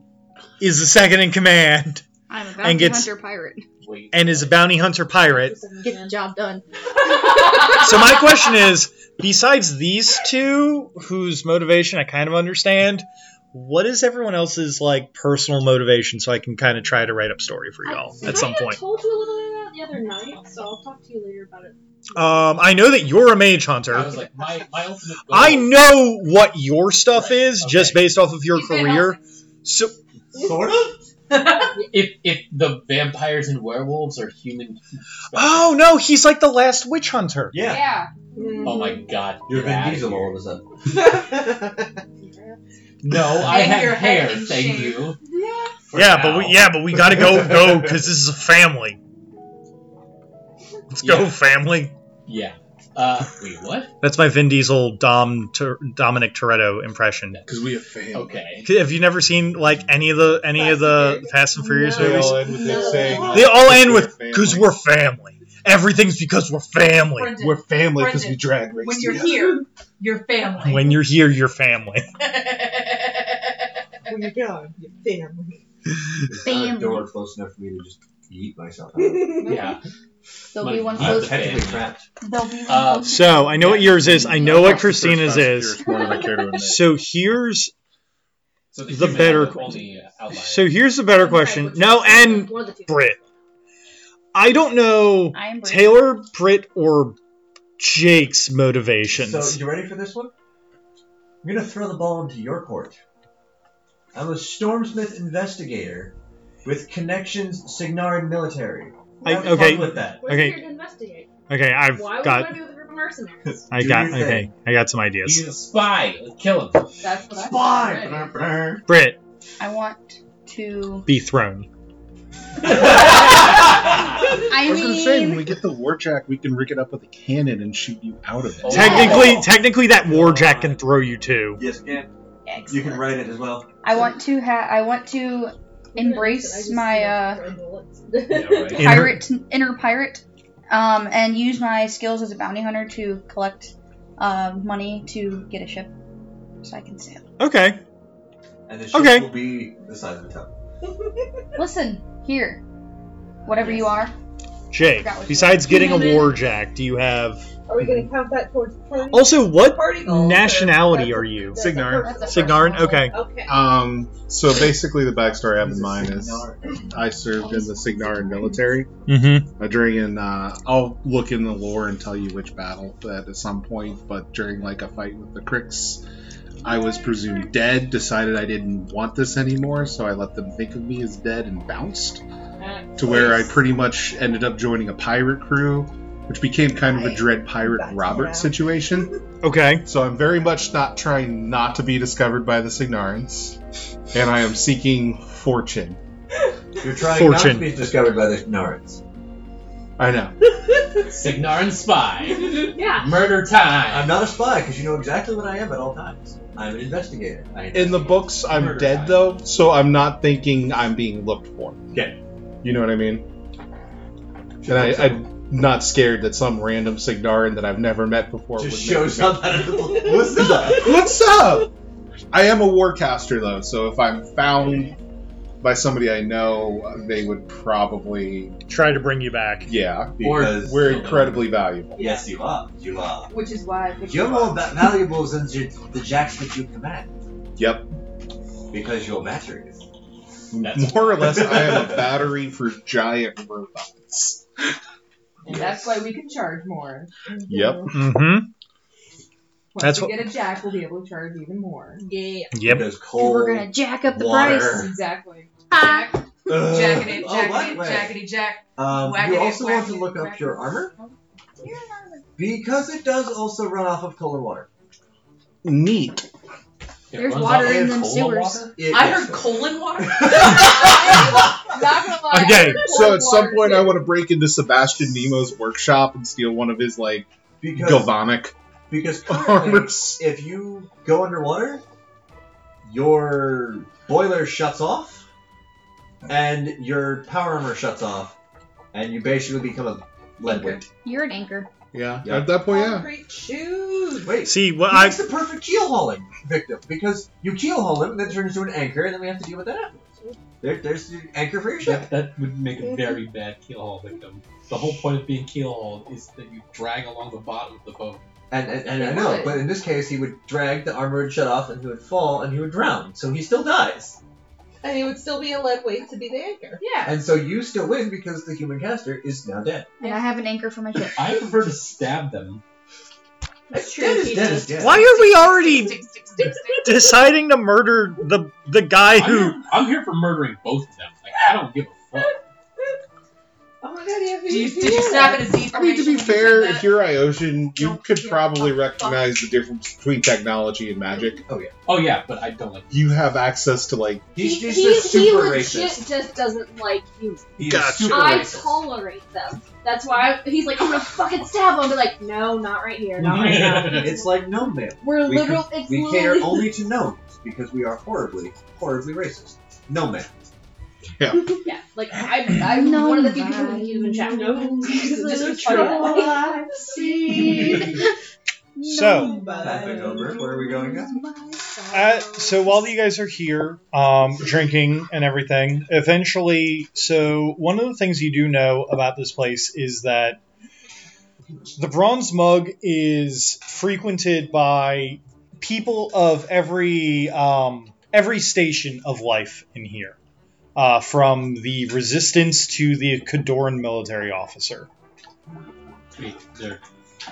Speaker 1: is the second in command
Speaker 5: I'm a
Speaker 1: And
Speaker 5: bounty
Speaker 1: gets-
Speaker 5: hunter pirate.
Speaker 6: Wait,
Speaker 1: and is a bounty hunter pirate.
Speaker 5: Get the job done.
Speaker 1: so my question is besides these two whose motivation i kind of understand what is everyone else's like personal motivation so i can kind of try to write up story for y'all
Speaker 7: I
Speaker 1: at some
Speaker 7: kinda
Speaker 1: point
Speaker 7: told you a little bit about it the other night, so I'll talk to you later about it.
Speaker 1: um, i know that you're a mage
Speaker 6: I
Speaker 1: hunter
Speaker 6: was like, my, my ultimate goal.
Speaker 1: i know what your stuff is
Speaker 6: okay.
Speaker 1: just based off of your
Speaker 5: You've been
Speaker 1: career so
Speaker 6: Sort of? if, if the vampires and werewolves are human.
Speaker 1: oh no he's like the last witch hunter
Speaker 4: Yeah.
Speaker 3: yeah.
Speaker 6: Oh
Speaker 7: Mm-hmm.
Speaker 6: my
Speaker 5: Mm-hmm.
Speaker 6: god.
Speaker 4: You're
Speaker 6: get outta
Speaker 4: Vin Diesel
Speaker 6: here.
Speaker 4: all of a sudden.
Speaker 6: No, I
Speaker 3: And
Speaker 6: have
Speaker 3: your head
Speaker 6: hair,
Speaker 3: is
Speaker 6: thank
Speaker 3: shaved.
Speaker 6: you. For
Speaker 1: yeah but
Speaker 6: now.
Speaker 1: we yeah but we gotta go go because this is a family let's go
Speaker 6: Yeah.
Speaker 1: family
Speaker 6: Yeah. Uh, wait, what?
Speaker 1: That's my Vin Diesel Dom Tur- Dominic Toretto impression.
Speaker 9: Because we have failed.
Speaker 6: Okay.
Speaker 1: Have you never seen like any of the any of the Fast and Furious
Speaker 10: No.
Speaker 9: They
Speaker 1: movies?
Speaker 9: all end with
Speaker 10: No.
Speaker 9: it saying,
Speaker 1: They all
Speaker 9: "Because
Speaker 1: end
Speaker 9: we're
Speaker 1: with
Speaker 9: family."
Speaker 1: because we're family. Everything's because we're family.
Speaker 11: Brendan,
Speaker 9: we're family because we
Speaker 11: Brendan,
Speaker 9: drag race.
Speaker 11: when you're
Speaker 9: together.
Speaker 11: here, you're family.
Speaker 1: When you're here, you're family.
Speaker 10: When you're gone, your family.
Speaker 4: There's not a door close enough for me to just eat myself out.
Speaker 6: Yeah.
Speaker 5: There'll be
Speaker 6: My
Speaker 5: one
Speaker 6: God.
Speaker 5: close.
Speaker 4: Technically trapped.
Speaker 5: There'll be one
Speaker 6: Uh,
Speaker 5: close.
Speaker 1: So I know what yours is. I know what
Speaker 9: That's the first
Speaker 1: Christina's
Speaker 9: Fast and
Speaker 1: is.
Speaker 9: Furious More than I care to admit.
Speaker 1: So here's
Speaker 6: So
Speaker 1: The
Speaker 6: human
Speaker 1: better-
Speaker 6: are only outliers.
Speaker 1: so here's the better question. No, and
Speaker 7: One of the two.
Speaker 1: Brit. I don't know
Speaker 5: I am brave.
Speaker 1: Taylor, Brit, or Jake's motivations.
Speaker 4: So you ready for this one? I'm gonna throw the ball into your court. I'm a stormsmith investigator with connections Signar and military.
Speaker 1: I-
Speaker 4: Have
Speaker 1: okay.
Speaker 4: fun with that.
Speaker 7: We're
Speaker 1: Okay.
Speaker 7: here to investigate.
Speaker 1: Okay, I've
Speaker 7: Why would
Speaker 1: got
Speaker 7: you want to do with a group of mercenaries?
Speaker 1: I
Speaker 4: Do
Speaker 1: got
Speaker 4: your thing.
Speaker 1: okay. I got some ideas.
Speaker 6: He's a spy. Let's kill him.
Speaker 3: That's what I
Speaker 4: Spy.
Speaker 3: said.
Speaker 4: Brr,
Speaker 1: Brit,
Speaker 5: I want to.
Speaker 1: be thrown.
Speaker 5: I
Speaker 9: I was gonna say when
Speaker 5: mean,
Speaker 9: we get the warjack, we can rig it up with a cannon and shoot you out of it.
Speaker 6: Oh.
Speaker 1: Technically, technically, that warjack can throw you too.
Speaker 4: yes, you can. You
Speaker 5: Excellent.
Speaker 4: can write it as well.
Speaker 5: I want to have. I want to embrace my uh,
Speaker 6: Yeah, right.
Speaker 1: Inner-
Speaker 5: pirate inner pirate, um, and use my skills as a bounty hunter to collect uh, money to get a ship, so I can sail.
Speaker 1: Okay.
Speaker 4: And the ship
Speaker 1: Okay.
Speaker 4: will be the size of a tub.
Speaker 5: Listen here, whatever you are.
Speaker 1: Jake,
Speaker 5: Forgot what you
Speaker 1: besides
Speaker 5: were.
Speaker 1: getting a
Speaker 5: Human.
Speaker 1: warjack, do you have.
Speaker 10: Are we going to count that towards party?
Speaker 1: Also, what
Speaker 10: party goals, or-
Speaker 1: nationality
Speaker 10: that's a-
Speaker 1: are you?
Speaker 10: that's a
Speaker 9: Signar.
Speaker 10: personal-
Speaker 5: That's a
Speaker 1: Signarin? Okay.
Speaker 10: Okay.
Speaker 9: Um, so basically, the backstory I have
Speaker 4: He's
Speaker 9: in
Speaker 4: a
Speaker 9: mind is
Speaker 4: Signar.
Speaker 9: I served in the Signarin military
Speaker 1: Mm
Speaker 9: uh, during an. Uh, I'll look in the lore and tell you which battle that at some point, but during like a fight with the Cricks, I was presumed dead. Decided I didn't want this anymore, so I let them think of me as dead and bounced. to where I pretty much ended up joining a pirate crew, which became kind of a Dread Pirate Robert situation.
Speaker 1: hmm. Okay.
Speaker 9: So I'm very much not trying not to be discovered by the Signarans, and I am seeking fortune.
Speaker 4: You're trying not to be discovered by the Signarans.
Speaker 9: I know.
Speaker 6: Signarin spy.
Speaker 7: yeah.
Speaker 6: Murder time.
Speaker 4: I'm not a spy because you know exactly what I am at all times. I'm an investigator. I
Speaker 9: In the books, I'm
Speaker 4: Murder
Speaker 9: dead
Speaker 4: time.
Speaker 9: though, so I'm not thinking I'm being looked for.
Speaker 4: Yeah.
Speaker 9: You know what I mean? And I, I'm not scared that some random Signarin that I've never met before
Speaker 4: just
Speaker 9: would make
Speaker 4: shows up out of the blue. What's up?
Speaker 9: He's like, What's up? I am a warcaster though, so if I'm found by somebody I know, they would probably
Speaker 1: Try to bring you back.
Speaker 9: yeah,
Speaker 4: Because-
Speaker 9: because we're incredibly valuable.
Speaker 4: Yes, you are. You are.
Speaker 3: Which is why I picked
Speaker 4: You're
Speaker 3: you
Speaker 4: more
Speaker 3: up.
Speaker 4: va- valuable than the, the jacks that you command
Speaker 9: Yep,
Speaker 4: because you're matters.
Speaker 9: more or less, I am a battery for giant robots.
Speaker 3: And that's why we can charge more.
Speaker 9: Yep.
Speaker 1: Mm-hmm.
Speaker 3: Once
Speaker 1: That's
Speaker 3: we
Speaker 1: what-
Speaker 3: get a jack, we'll be able to charge even more.
Speaker 10: Yeah.
Speaker 1: Yep.
Speaker 4: Because
Speaker 5: And
Speaker 4: coal.
Speaker 5: We're gonna jack up the
Speaker 4: water.
Speaker 5: price.
Speaker 3: Exactly.
Speaker 5: Ah.
Speaker 3: Jack,
Speaker 4: Ugh.
Speaker 3: jacket it,
Speaker 4: Oh, what
Speaker 3: jacket it,
Speaker 4: way?
Speaker 3: jacket it, jack.
Speaker 4: Um,
Speaker 3: Whack
Speaker 4: you
Speaker 3: it,
Speaker 4: also
Speaker 3: whack
Speaker 4: want to
Speaker 3: it,
Speaker 4: look
Speaker 3: whack
Speaker 4: up
Speaker 3: it.
Speaker 4: your armor because it does also run off of cold water.
Speaker 9: Neat.
Speaker 6: It
Speaker 5: There's
Speaker 6: runs
Speaker 5: water
Speaker 6: off
Speaker 5: in
Speaker 6: of
Speaker 5: them
Speaker 6: cola
Speaker 5: sewers.
Speaker 6: water?
Speaker 4: It-
Speaker 10: I
Speaker 4: yes.
Speaker 10: heard colon water.
Speaker 3: Not gonna lie.
Speaker 1: Okay,
Speaker 3: I heard
Speaker 9: So
Speaker 3: cold
Speaker 9: at some
Speaker 3: water
Speaker 9: point,
Speaker 3: too.
Speaker 9: I want to break into Sebastian Nemo's workshop and steal one of his like
Speaker 4: because
Speaker 9: galvanic
Speaker 4: because currently,
Speaker 9: armors.
Speaker 4: if you go underwater, your boiler shuts off, and your power armor shuts off, and you basically become a leadweight.
Speaker 5: You're an anchor.
Speaker 9: Yeah.
Speaker 4: Yeah.
Speaker 9: At
Speaker 1: Oh,
Speaker 9: that point, yeah.
Speaker 10: Concrete shoes.
Speaker 4: Wait,
Speaker 1: See, well,
Speaker 4: He
Speaker 1: I
Speaker 4: makes the perfect keel hauling victim because you keel haul him, and then it turns into an anchor, and then we have to deal with that afterwards. There, there's the anchor for your ship.
Speaker 6: That, that would make a very bad keel haul victim. The whole point of being keel hauled is that you drag along the bottom of the boat.
Speaker 4: And, and, and I know, but in this case, he would drag, the armor would shut off, and he would fall, and he would drown. So he still dies.
Speaker 10: And it would still be a lead weight to be the anchor.
Speaker 3: Yeah.
Speaker 4: And so you still win because the human caster is now dead.
Speaker 5: And I have an anchor for my ship.
Speaker 6: I prefer to stab them.
Speaker 10: That's
Speaker 4: Dead is dead is dead.
Speaker 1: why are we already
Speaker 10: Stick, stick, stick, stick.
Speaker 1: deciding to murder the the guy
Speaker 6: I'm
Speaker 1: who?
Speaker 6: here, I'm here for murdering both of them. Like, I don't give a fuck.
Speaker 10: Oh my god, you have to
Speaker 3: Did you, did you snap at a Z
Speaker 9: I mean, to
Speaker 3: formation
Speaker 9: be
Speaker 3: when you said
Speaker 9: fair,
Speaker 3: that?
Speaker 9: if you're Iosian, you
Speaker 3: Don't
Speaker 9: could
Speaker 3: give
Speaker 9: probably
Speaker 3: a fuck.
Speaker 9: recognize the difference between technology and magic.
Speaker 6: Oh yeah, but I don't like.
Speaker 9: You have access to like
Speaker 4: He's,
Speaker 7: he,
Speaker 4: he's
Speaker 7: he,
Speaker 4: just
Speaker 7: he
Speaker 4: super
Speaker 7: legit
Speaker 4: racist.
Speaker 7: just doesn't like you.
Speaker 6: He
Speaker 9: Gotcha.
Speaker 6: is super
Speaker 7: I
Speaker 6: racist.
Speaker 7: tolerate them. That's why I, he's like, I'm gonna fucking stab him. Be like, no, not right here, not right now.
Speaker 4: It's like gnome mail.
Speaker 7: We're
Speaker 4: We
Speaker 7: literal. it's
Speaker 4: We cater
Speaker 7: literally.
Speaker 4: only to gnomes because we are horribly, horribly racist. Gnome mail.
Speaker 7: yeah, like I'm, I'm
Speaker 5: No,
Speaker 7: one of the people who
Speaker 5: man.
Speaker 7: can use in chat.
Speaker 10: No,
Speaker 7: It's
Speaker 10: it's a
Speaker 7: just
Speaker 10: troll
Speaker 7: funny.
Speaker 10: I've seen.
Speaker 1: So,
Speaker 4: Traffic over. Where are we going now?
Speaker 1: uh, so while you guys are here, um, drinking and everything, eventually, so one of the things you do know about this place is that the Bronze Mug is frequented by people of every um, every station of life in here, uh, from the resistance to the Cadoran military officer.
Speaker 6: Wait, they're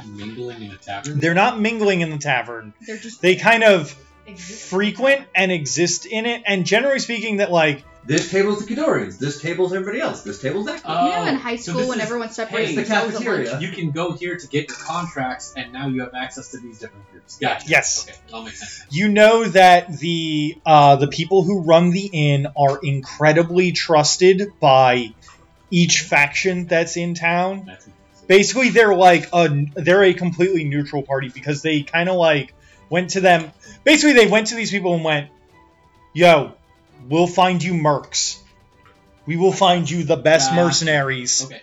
Speaker 6: mingling in a tavern.
Speaker 1: They're not mingling in the tavern.
Speaker 5: They're just
Speaker 1: They kind of
Speaker 3: Exist.
Speaker 1: frequent and exist in it. And generally speaking, that like
Speaker 4: This table's the Kadorians. This table's everybody else. This table's
Speaker 1: Uh,
Speaker 4: that.
Speaker 6: Oh,
Speaker 5: you know, in high
Speaker 6: so
Speaker 5: school
Speaker 6: this
Speaker 5: when
Speaker 6: is-
Speaker 5: everyone separates
Speaker 6: hey,
Speaker 4: the
Speaker 5: themselves at lunch.
Speaker 4: cafeteria.
Speaker 6: You can go here to get your contracts, and now you have access to these different groups. Gotcha.
Speaker 1: Yes.
Speaker 6: Okay, that all makes sense.
Speaker 1: you know that the uh, the people who run the inn are incredibly trusted by each faction that's in town.
Speaker 6: That's it.
Speaker 1: Basically, they're like a they're a completely neutral party because they kind of like went to them. Basically, they went to these people and went, "Yo, we'll find you mercs. We will find you the best
Speaker 6: Gotcha.
Speaker 1: mercenaries,
Speaker 6: Okay,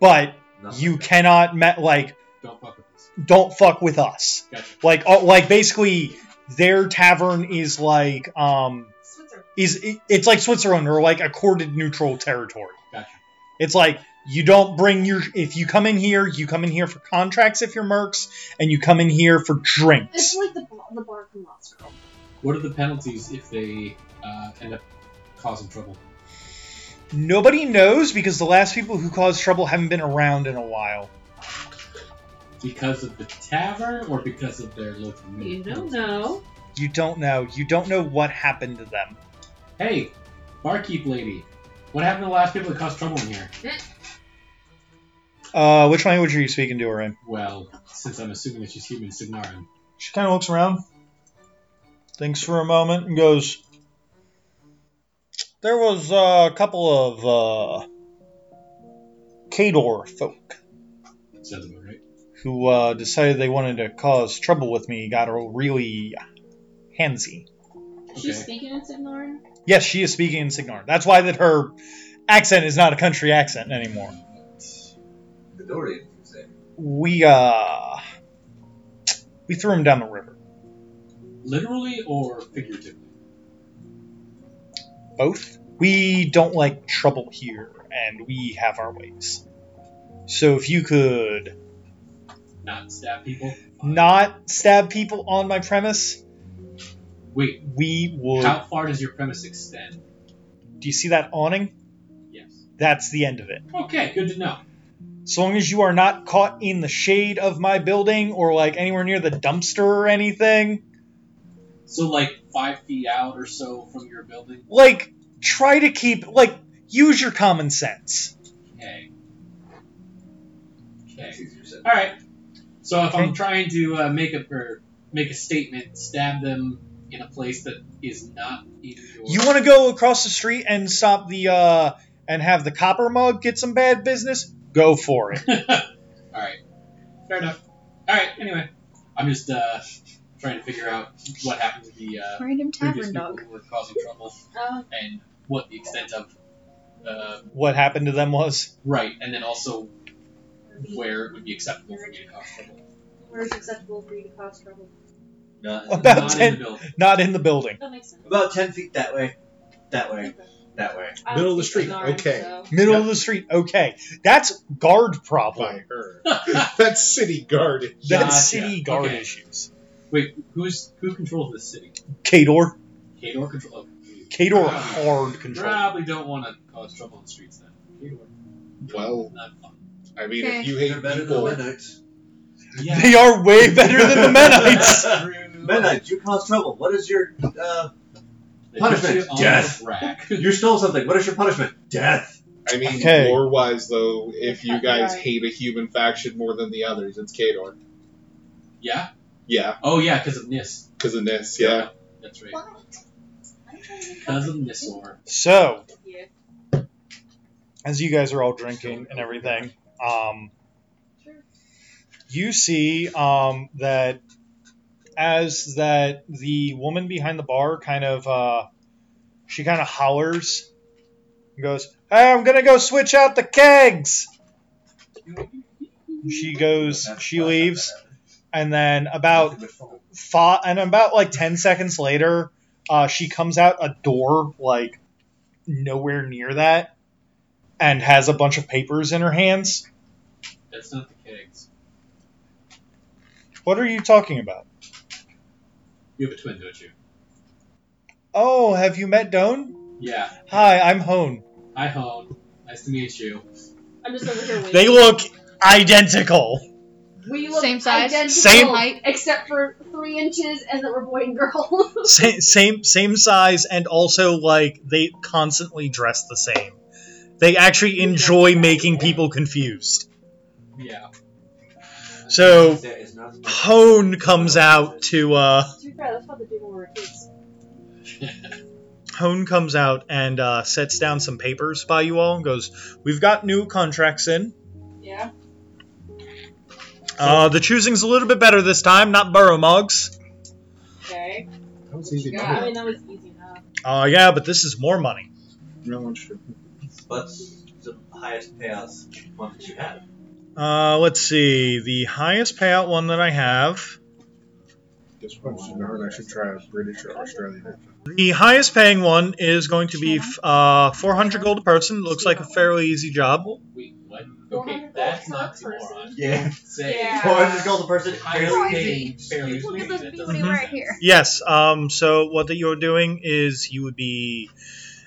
Speaker 1: but
Speaker 4: Nothing.
Speaker 1: you cannot met like
Speaker 6: don't fuck with this.
Speaker 1: don't fuck with us."
Speaker 6: Gotcha.
Speaker 1: like uh, like basically their tavern is like um
Speaker 10: Switzerland.
Speaker 1: is it, it's like Switzerland or like accorded neutral territory.
Speaker 6: Gotcha.
Speaker 1: It's like you don't bring your if you come in here, you come in here for contracts if you're mercs, and you come in here for
Speaker 7: It's
Speaker 1: drinks.
Speaker 7: like the, the bar from Lost Girl.
Speaker 6: What are the penalties if they uh, end up causing trouble?
Speaker 1: Nobody knows because the last people who caused trouble haven't been around in a while.
Speaker 6: Because of the tavern or because of their local
Speaker 10: You
Speaker 6: meat?
Speaker 10: don't know.
Speaker 1: You don't know. You don't know what happened to them.
Speaker 6: Hey, barkeep lady, what happened to the last people that caused trouble in here?
Speaker 1: Uh, which language are you speaking to her in?
Speaker 6: Well, since I'm assuming that she's human, Signarin.
Speaker 1: She kind of looks around, thinks for a moment, and goes, There was uh, a couple of uh, Kador folk
Speaker 6: Sounds about right.
Speaker 1: who uh, decided they wanted to cause trouble with me. Got really handsy.
Speaker 7: She's speaking in Signorin.
Speaker 1: Yes, she is speaking in Signar. That's why that her accent is not a country accent anymore.
Speaker 4: The Dorian was there.
Speaker 1: We uh, we threw him down the river.
Speaker 6: Literally or figuratively?
Speaker 1: both. We don't like trouble here, and we have our ways. So if you could
Speaker 6: Not stab people?
Speaker 1: not stab people on my premise,
Speaker 6: Wait,
Speaker 1: we would.
Speaker 6: how far does your premise extend?
Speaker 1: Do you see that awning?
Speaker 6: Yes.
Speaker 1: That's the end of it.
Speaker 6: Okay, good to know.
Speaker 1: So long as you are not caught in the shade of my building or like anywhere near the dumpster or anything,
Speaker 6: So, like five feet out or so from your building?
Speaker 1: like try to keep like use your common sense.
Speaker 6: Okay. Okay.
Speaker 4: It's easier said.
Speaker 6: All right. So if
Speaker 1: Okay.
Speaker 6: I'm trying to uh, make a or make a statement, stab them in a place that is not in your.
Speaker 1: You want to go across the street and stop the uh and have the copper mug get some bad business? Go for it.
Speaker 6: All right. Fair enough. All right. Anyway, I'm just uh, trying to figure out what happened to the uh,
Speaker 5: Random
Speaker 6: previous
Speaker 5: tavern
Speaker 6: people
Speaker 5: dog.
Speaker 6: who were causing trouble
Speaker 7: Oh,
Speaker 6: and what the extent of. Uh,
Speaker 1: what happened to them was
Speaker 6: right, and then also where it would be acceptable for you to cause trouble.
Speaker 7: where's acceptable for you to cause trouble?
Speaker 4: Not
Speaker 1: About
Speaker 6: not in
Speaker 1: 10
Speaker 6: the building.
Speaker 1: not in the building.
Speaker 7: That makes sense.
Speaker 4: about ten feet that way, that way, that way.
Speaker 7: I don't
Speaker 9: Middle of the
Speaker 7: speak
Speaker 9: street,
Speaker 7: Signorin,
Speaker 9: okay.
Speaker 7: so-
Speaker 1: Middle of the street. Okay. That's guard problem.
Speaker 9: by her. That's city guard.
Speaker 1: That's
Speaker 6: Gotcha.
Speaker 1: city guard
Speaker 6: Okay.
Speaker 1: issues.
Speaker 6: Wait, who's who controls this city?
Speaker 1: Kador.
Speaker 6: Kador control. Oh,
Speaker 1: Kador
Speaker 6: Probably-
Speaker 1: hard control.
Speaker 6: Probably don't want to cause trouble on the streets then. Kador,
Speaker 9: Well,
Speaker 6: not fun.
Speaker 9: I mean,
Speaker 3: Okay.
Speaker 9: if you
Speaker 4: They're
Speaker 9: hate
Speaker 4: better than
Speaker 9: people,
Speaker 4: Mennonites.
Speaker 1: They are way better than the Mennonites.
Speaker 4: Mennonites, you caused trouble. What is your uh,
Speaker 6: They put
Speaker 4: Punishment.
Speaker 6: you on the
Speaker 4: Death.
Speaker 6: rack.
Speaker 4: you stole something? What is your punishment? Death.
Speaker 9: I mean,
Speaker 1: Okay.
Speaker 9: lore-wise though, if you
Speaker 7: Right.
Speaker 9: guys hate a human faction more than the others, it's Kador.
Speaker 6: Yeah.
Speaker 9: Yeah,
Speaker 6: Oh yeah, because of Nis.
Speaker 9: because of this. Yeah.
Speaker 6: That's right.
Speaker 5: What?
Speaker 6: Because of Nisor.
Speaker 1: So,
Speaker 7: Yeah.
Speaker 1: as you guys are all drinking and everything, um,
Speaker 7: Sure.
Speaker 1: you see um, that as that the woman behind the bar kind of uh, she kind of hollers and goes, "Hey, I'm gonna go switch out the kegs." She goes, she leaves, and then about fought, and about like 10 seconds later, uh, she comes out a door like nowhere near that and has a bunch of papers in her hands.
Speaker 6: That's not the kegs.
Speaker 1: What are you talking about?
Speaker 6: You have a twin, don't you?
Speaker 1: Oh, have you met Doan?
Speaker 6: Yeah.
Speaker 1: Hi, I'm Hone.
Speaker 6: Hi, Hone. Nice to meet you.
Speaker 7: I'm just over here waiting.
Speaker 1: They look identical.
Speaker 7: we look
Speaker 5: Same size?
Speaker 7: identical,
Speaker 1: Same-
Speaker 7: height, except for three inches, and that we're boy and girl.
Speaker 1: Same, same, same size, and also like they constantly dress the same. They actually enjoy making people confused.
Speaker 6: Yeah.
Speaker 1: So
Speaker 4: That is not-
Speaker 1: Hone comes out to uh,
Speaker 7: to be fair, that's what they do when we were kids.
Speaker 1: Hone comes out and uh, sets down some papers by you all and goes, We've got new contracts in.
Speaker 3: Yeah.
Speaker 1: Uh, the choosing's a little bit better this time, not burrow mugs.
Speaker 3: Okay.
Speaker 9: That was easy.
Speaker 3: Yeah,
Speaker 7: I
Speaker 9: Yeah.
Speaker 7: mean, that was easy enough.
Speaker 1: Uh, yeah, but this is more money.
Speaker 9: No, it's true.
Speaker 4: What's the highest payouts one that you have?
Speaker 1: Uh, let's see. The highest payout one that I have.
Speaker 9: This one's not. I should try a British or Australian accent.
Speaker 1: The highest paying one is going to be f- uh, 400 gold a person. Looks like a fairly easy job.
Speaker 6: Wait, what? Okay, that's not Timoron.
Speaker 4: Yeah.
Speaker 6: Say.
Speaker 3: Yeah.
Speaker 4: Four hundred gold a person.
Speaker 6: Highest
Speaker 4: Barely
Speaker 6: paying,
Speaker 4: paying.
Speaker 6: barely
Speaker 5: Look
Speaker 6: paying.
Speaker 5: at those
Speaker 6: That
Speaker 5: people
Speaker 6: doesn't-
Speaker 1: Mhm.
Speaker 5: right here.
Speaker 1: Yes. Um, so what that you're doing is you would be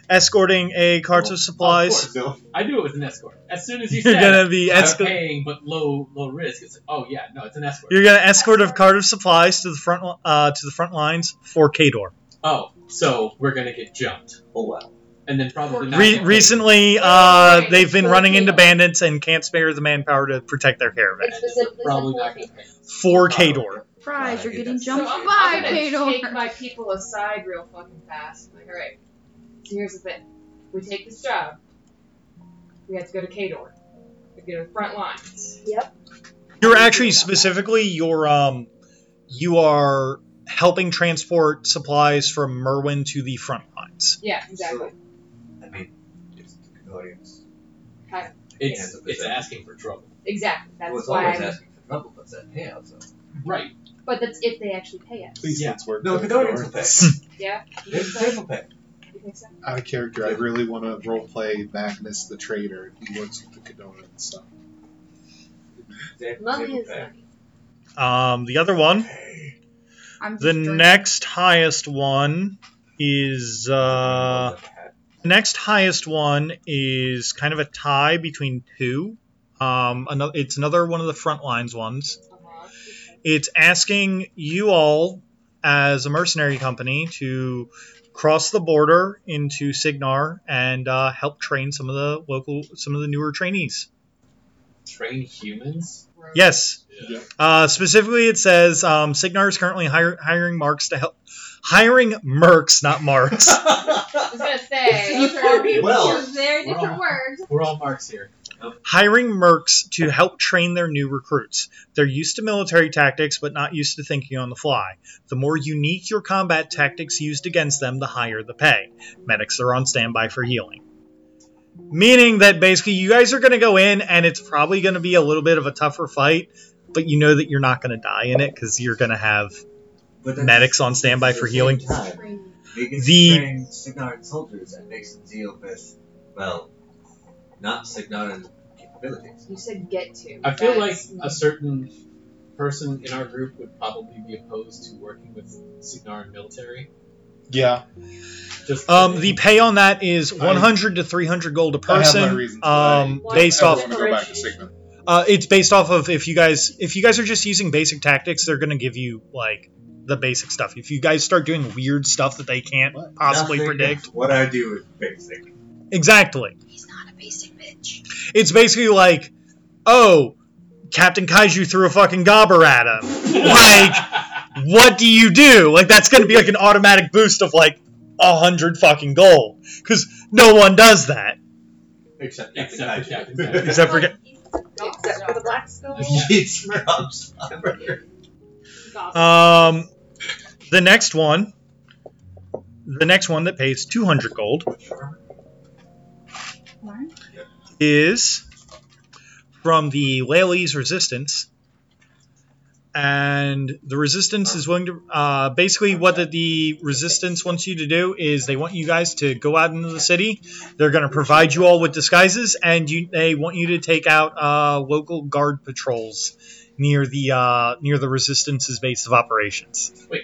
Speaker 1: escorting a cart of supplies.
Speaker 4: Of course, Bill.
Speaker 6: I knew it was an escort. As soon as you
Speaker 1: You're
Speaker 6: said
Speaker 1: gonna be
Speaker 6: high
Speaker 1: escorting.
Speaker 6: paying but low low risk, it's like, oh yeah, no, it's an escort.
Speaker 1: You're gonna escort a cart of supplies to the front uh, to the front lines for Kador.
Speaker 6: Oh, so we're gonna get jumped,
Speaker 4: Oh wow.
Speaker 6: and then probably not
Speaker 1: Re-
Speaker 6: get paid.
Speaker 1: recently,
Speaker 3: Oh,
Speaker 1: uh,
Speaker 3: right,
Speaker 1: they've been
Speaker 3: for
Speaker 1: running into
Speaker 3: Kador.
Speaker 1: bandits and can't spare the manpower to protect their caravan
Speaker 6: And then we're probably not gonna pay.
Speaker 1: for
Speaker 3: Oh,
Speaker 1: Kador.
Speaker 5: Fries, you're getting
Speaker 3: So
Speaker 5: jumped
Speaker 3: I'm,
Speaker 5: by
Speaker 3: I'm gonna
Speaker 5: Kador.
Speaker 3: take my people aside real fucking fast. I'm like, all right. So here's the thing. we take this job, we have to go to Kador. We have to go to the front lines.
Speaker 7: Yep.
Speaker 1: You're actually specifically you're um you are helping transport supplies from Merwin to the front lines.
Speaker 3: Yeah, exactly.
Speaker 4: I mean, it's the audience.
Speaker 3: Hi.
Speaker 6: It's, it's asking for trouble.
Speaker 3: Exactly. That's
Speaker 4: well, it's
Speaker 3: why.
Speaker 4: always
Speaker 3: I'm,
Speaker 4: asking for trouble, but it's that payout, so.
Speaker 6: Right.
Speaker 7: But that's if they actually pay us.
Speaker 9: Please
Speaker 6: Yeah.
Speaker 9: let's work.
Speaker 4: No,
Speaker 9: the
Speaker 4: the audience
Speaker 9: door.
Speaker 4: will pay.
Speaker 3: yeah. You
Speaker 4: They
Speaker 3: think so?
Speaker 4: will pay.
Speaker 3: You think so?
Speaker 9: Out of character, I really want to roleplay Magnus the Trader. He works with the Cadona and stuff.
Speaker 4: They,
Speaker 7: Money
Speaker 4: they will
Speaker 7: is
Speaker 4: pay.
Speaker 7: money.
Speaker 1: Um, the other one,
Speaker 7: I'm
Speaker 1: the
Speaker 7: just joining.
Speaker 1: next highest one is uh The next highest one is kind of a tie between two. Um, another, it's another one of the front lines ones.
Speaker 3: Uh-huh.
Speaker 1: It's asking you all, as a mercenary company, to cross the border into Signar and uh, help train some of the local, some of the newer trainees.
Speaker 6: Train humans?
Speaker 3: Gross.
Speaker 1: Yes.
Speaker 9: Yeah.
Speaker 1: Uh, specifically, it says um, Signar is currently hire, hiring marks to help. Hiring mercs, not marks.
Speaker 3: I was gonna say.
Speaker 7: These are- these
Speaker 4: Well,
Speaker 7: are very
Speaker 6: we're
Speaker 7: different
Speaker 6: all-
Speaker 7: words.
Speaker 6: We're all marks here.
Speaker 1: hiring mercs to help train their new recruits. They're used to military tactics, but not used to thinking on the fly. The more unique your combat tactics used against them, the higher the pay. Medics are on standby for healing. Meaning that basically you guys are going to go in and it's probably going to be a little bit of a tougher fight, but you know that you're not going to die in it because you're going to have.
Speaker 4: But then
Speaker 1: Medics
Speaker 4: at
Speaker 1: on standby
Speaker 4: the
Speaker 1: for
Speaker 4: same
Speaker 1: healing.
Speaker 4: time, we can
Speaker 1: The-
Speaker 4: train Signarin soldiers and make some deal with, well, not Signarin capabilities.
Speaker 3: You said get to.
Speaker 6: I feel like
Speaker 3: That's-
Speaker 6: a certain person in our group would probably be opposed to working with Signarin military.
Speaker 9: Yeah.
Speaker 6: Just
Speaker 1: Um, the pay on that is 100 to 300 gold a person.
Speaker 9: I have my reasons. but
Speaker 1: um,
Speaker 9: I
Speaker 1: based
Speaker 9: don't
Speaker 1: off
Speaker 9: ever wanna go back to Sigma.
Speaker 1: Uh, it's based off of if you guys if you guys are just using basic tactics, they're gonna give you like the basic stuff. If you guys start doing weird stuff that they can't
Speaker 9: What?
Speaker 1: possibly
Speaker 4: Nothing
Speaker 1: predict,
Speaker 4: What I do is basic.
Speaker 1: exactly.
Speaker 7: He's not a basic bitch.
Speaker 1: It's basically like, oh, Captain Kaiju threw a fucking gobber at him. like- What do you do? Like that's gonna be like an automatic boost of like a hundred fucking gold because no one does that
Speaker 4: Except
Speaker 6: Except for Captain
Speaker 1: except for.
Speaker 10: Except for the black skull.
Speaker 4: It's Rob's hamburger.
Speaker 6: Uh,
Speaker 1: Um, the next one, the next one that pays 200 gold is from the Lely's Resistance, and the Resistance is willing to. Uh, basically, what the, the Resistance wants you to do is they want you guys to go out into the city. They're going to provide you all with disguises, and you, they want you to take out uh, local guard patrols near the uh, near the Resistance's base of operations.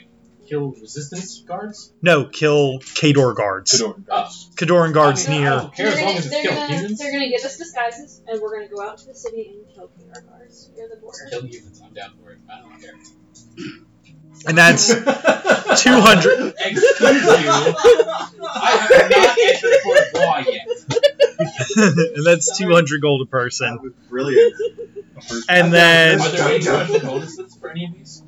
Speaker 6: Kill resistance guards?
Speaker 1: No, kill Kador guards.
Speaker 9: Cador.
Speaker 6: Oh,
Speaker 1: Kadoran guards
Speaker 6: I mean, uh, I
Speaker 1: near.
Speaker 6: don't care as
Speaker 7: they're
Speaker 6: long
Speaker 7: gonna,
Speaker 6: as it's
Speaker 7: they're
Speaker 6: kill
Speaker 7: gonna-
Speaker 6: humans.
Speaker 7: they're gonna give us disguises, and we're gonna go out to the city and kill our guards near the border.
Speaker 6: Kill humans, I'm down for it. I don't care.
Speaker 1: And that's 200.
Speaker 6: Excuse you. I have not entered for law yet.
Speaker 1: and that's 200 gold a person.
Speaker 4: That was brilliant.
Speaker 1: And then
Speaker 6: Are there any special bonuses for any of these?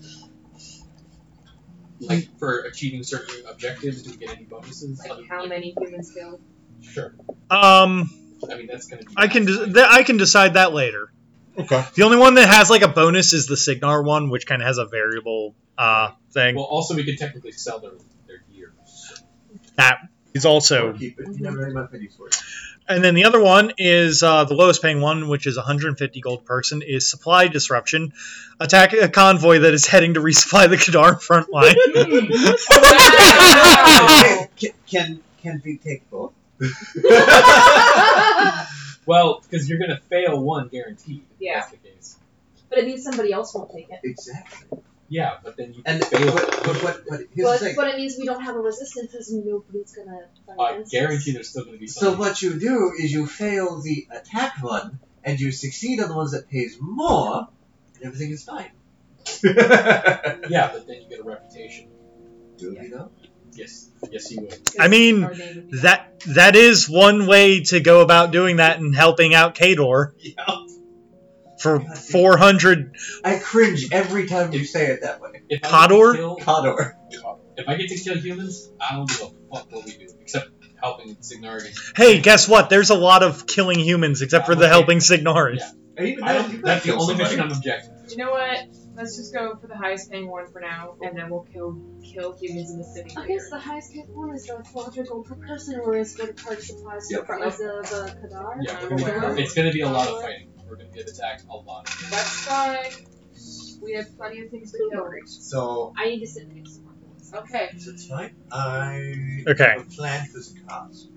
Speaker 6: Like for achieving certain objectives, do we get any bonuses?
Speaker 3: Like how many humans killed?
Speaker 6: Sure.
Speaker 1: um
Speaker 6: I mean that's gonna. Be
Speaker 1: I can de- th- I can decide that later.
Speaker 9: Okay.
Speaker 1: The only one that has like a bonus is the Signar one, which kind of has a variable uh thing.
Speaker 6: Well, also we can technically sell their their gear.
Speaker 1: that is also.
Speaker 4: Keep it. You never had enough pennies for it.
Speaker 1: And then the other one is uh, the lowest paying one, which is 150 gold person, is supply disruption. Attack a convoy that is heading to resupply the Kadar front line.
Speaker 3: Wow.
Speaker 4: Can, can, can we take both?
Speaker 6: Well, because you're gonna fail one guaranteed. If
Speaker 3: Yeah.
Speaker 6: That's the case.
Speaker 7: But it means somebody else won't take it.
Speaker 4: exactly.
Speaker 6: Yeah, but then you
Speaker 4: And
Speaker 6: fail.
Speaker 4: but, but, but, but here's
Speaker 7: But,
Speaker 4: the thing.
Speaker 7: but it means we don't have a resistance, because nobody's gonna fight
Speaker 6: I
Speaker 7: against
Speaker 6: guarantee
Speaker 7: us.
Speaker 6: there's still gonna be
Speaker 4: So
Speaker 6: something.
Speaker 4: what you do is you fail the attack one, and you succeed on the ones that pays more, and everything is fine. do
Speaker 6: yeah, but then you get a reputation.
Speaker 4: you know?
Speaker 6: Yes, yes, you would.
Speaker 1: I mean,
Speaker 3: Our name would be-
Speaker 1: that that is one way to go about doing that and helping out Kador
Speaker 4: Yeah.
Speaker 1: for 400.
Speaker 4: I cringe every time you say it that way.
Speaker 6: If I
Speaker 4: Oh,
Speaker 6: get to
Speaker 1: Cador?
Speaker 6: kill-
Speaker 4: Cador.
Speaker 6: If I get to kill humans, I don't give a fuck what we do, except helping Signari.
Speaker 12: Hey, guess what? There's a lot of killing humans except for the helping Signarin.
Speaker 6: I don't- that's the only mission I'm objecting.
Speaker 7: You know what? Let's just go for the highest paying one for now, and then we'll kill kill humans in the city.
Speaker 13: Okay, so the highest paid form is the 1200 gold per person, or is for the party supplies
Speaker 6: Yep.
Speaker 13: for Isa the Kadar?
Speaker 6: Yeah, we're gonna-
Speaker 7: Where?
Speaker 6: it's going to be a lot of fighting. We're going to get attacked a lot.
Speaker 7: That's fine. We have plenty of things to kill.
Speaker 4: So
Speaker 13: I need to sit next to
Speaker 7: Okay.
Speaker 4: it's fine. I
Speaker 12: Okay.
Speaker 4: have a plan for the cops.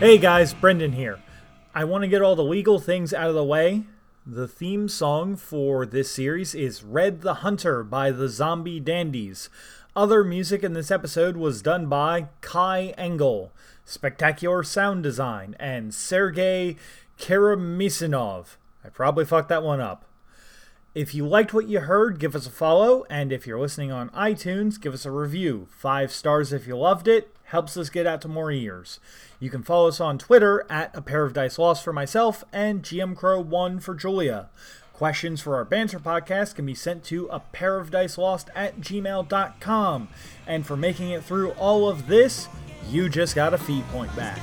Speaker 1: Hey guys, Brendan here. I want to get all the legal things out of the way. The theme song for this series is Red the Hunter by the Zombie Dandies. Other music in this episode was done by Kai Engel, Spectacular Sound Design, and Sergei Karamisinov. I probably fucked that one up. If you liked what you heard, give us a follow, and if you're listening on iTunes, give us a review. Five stars if you loved it, helps us get out to more ears. You can follow us on Twitter at a pair of dice lost for myself and GM Crow1 for Julia. Questions for our banter podcast can be sent to a pair of dice lost at gmail.com. And for making it through all of this, you just got a fee point back.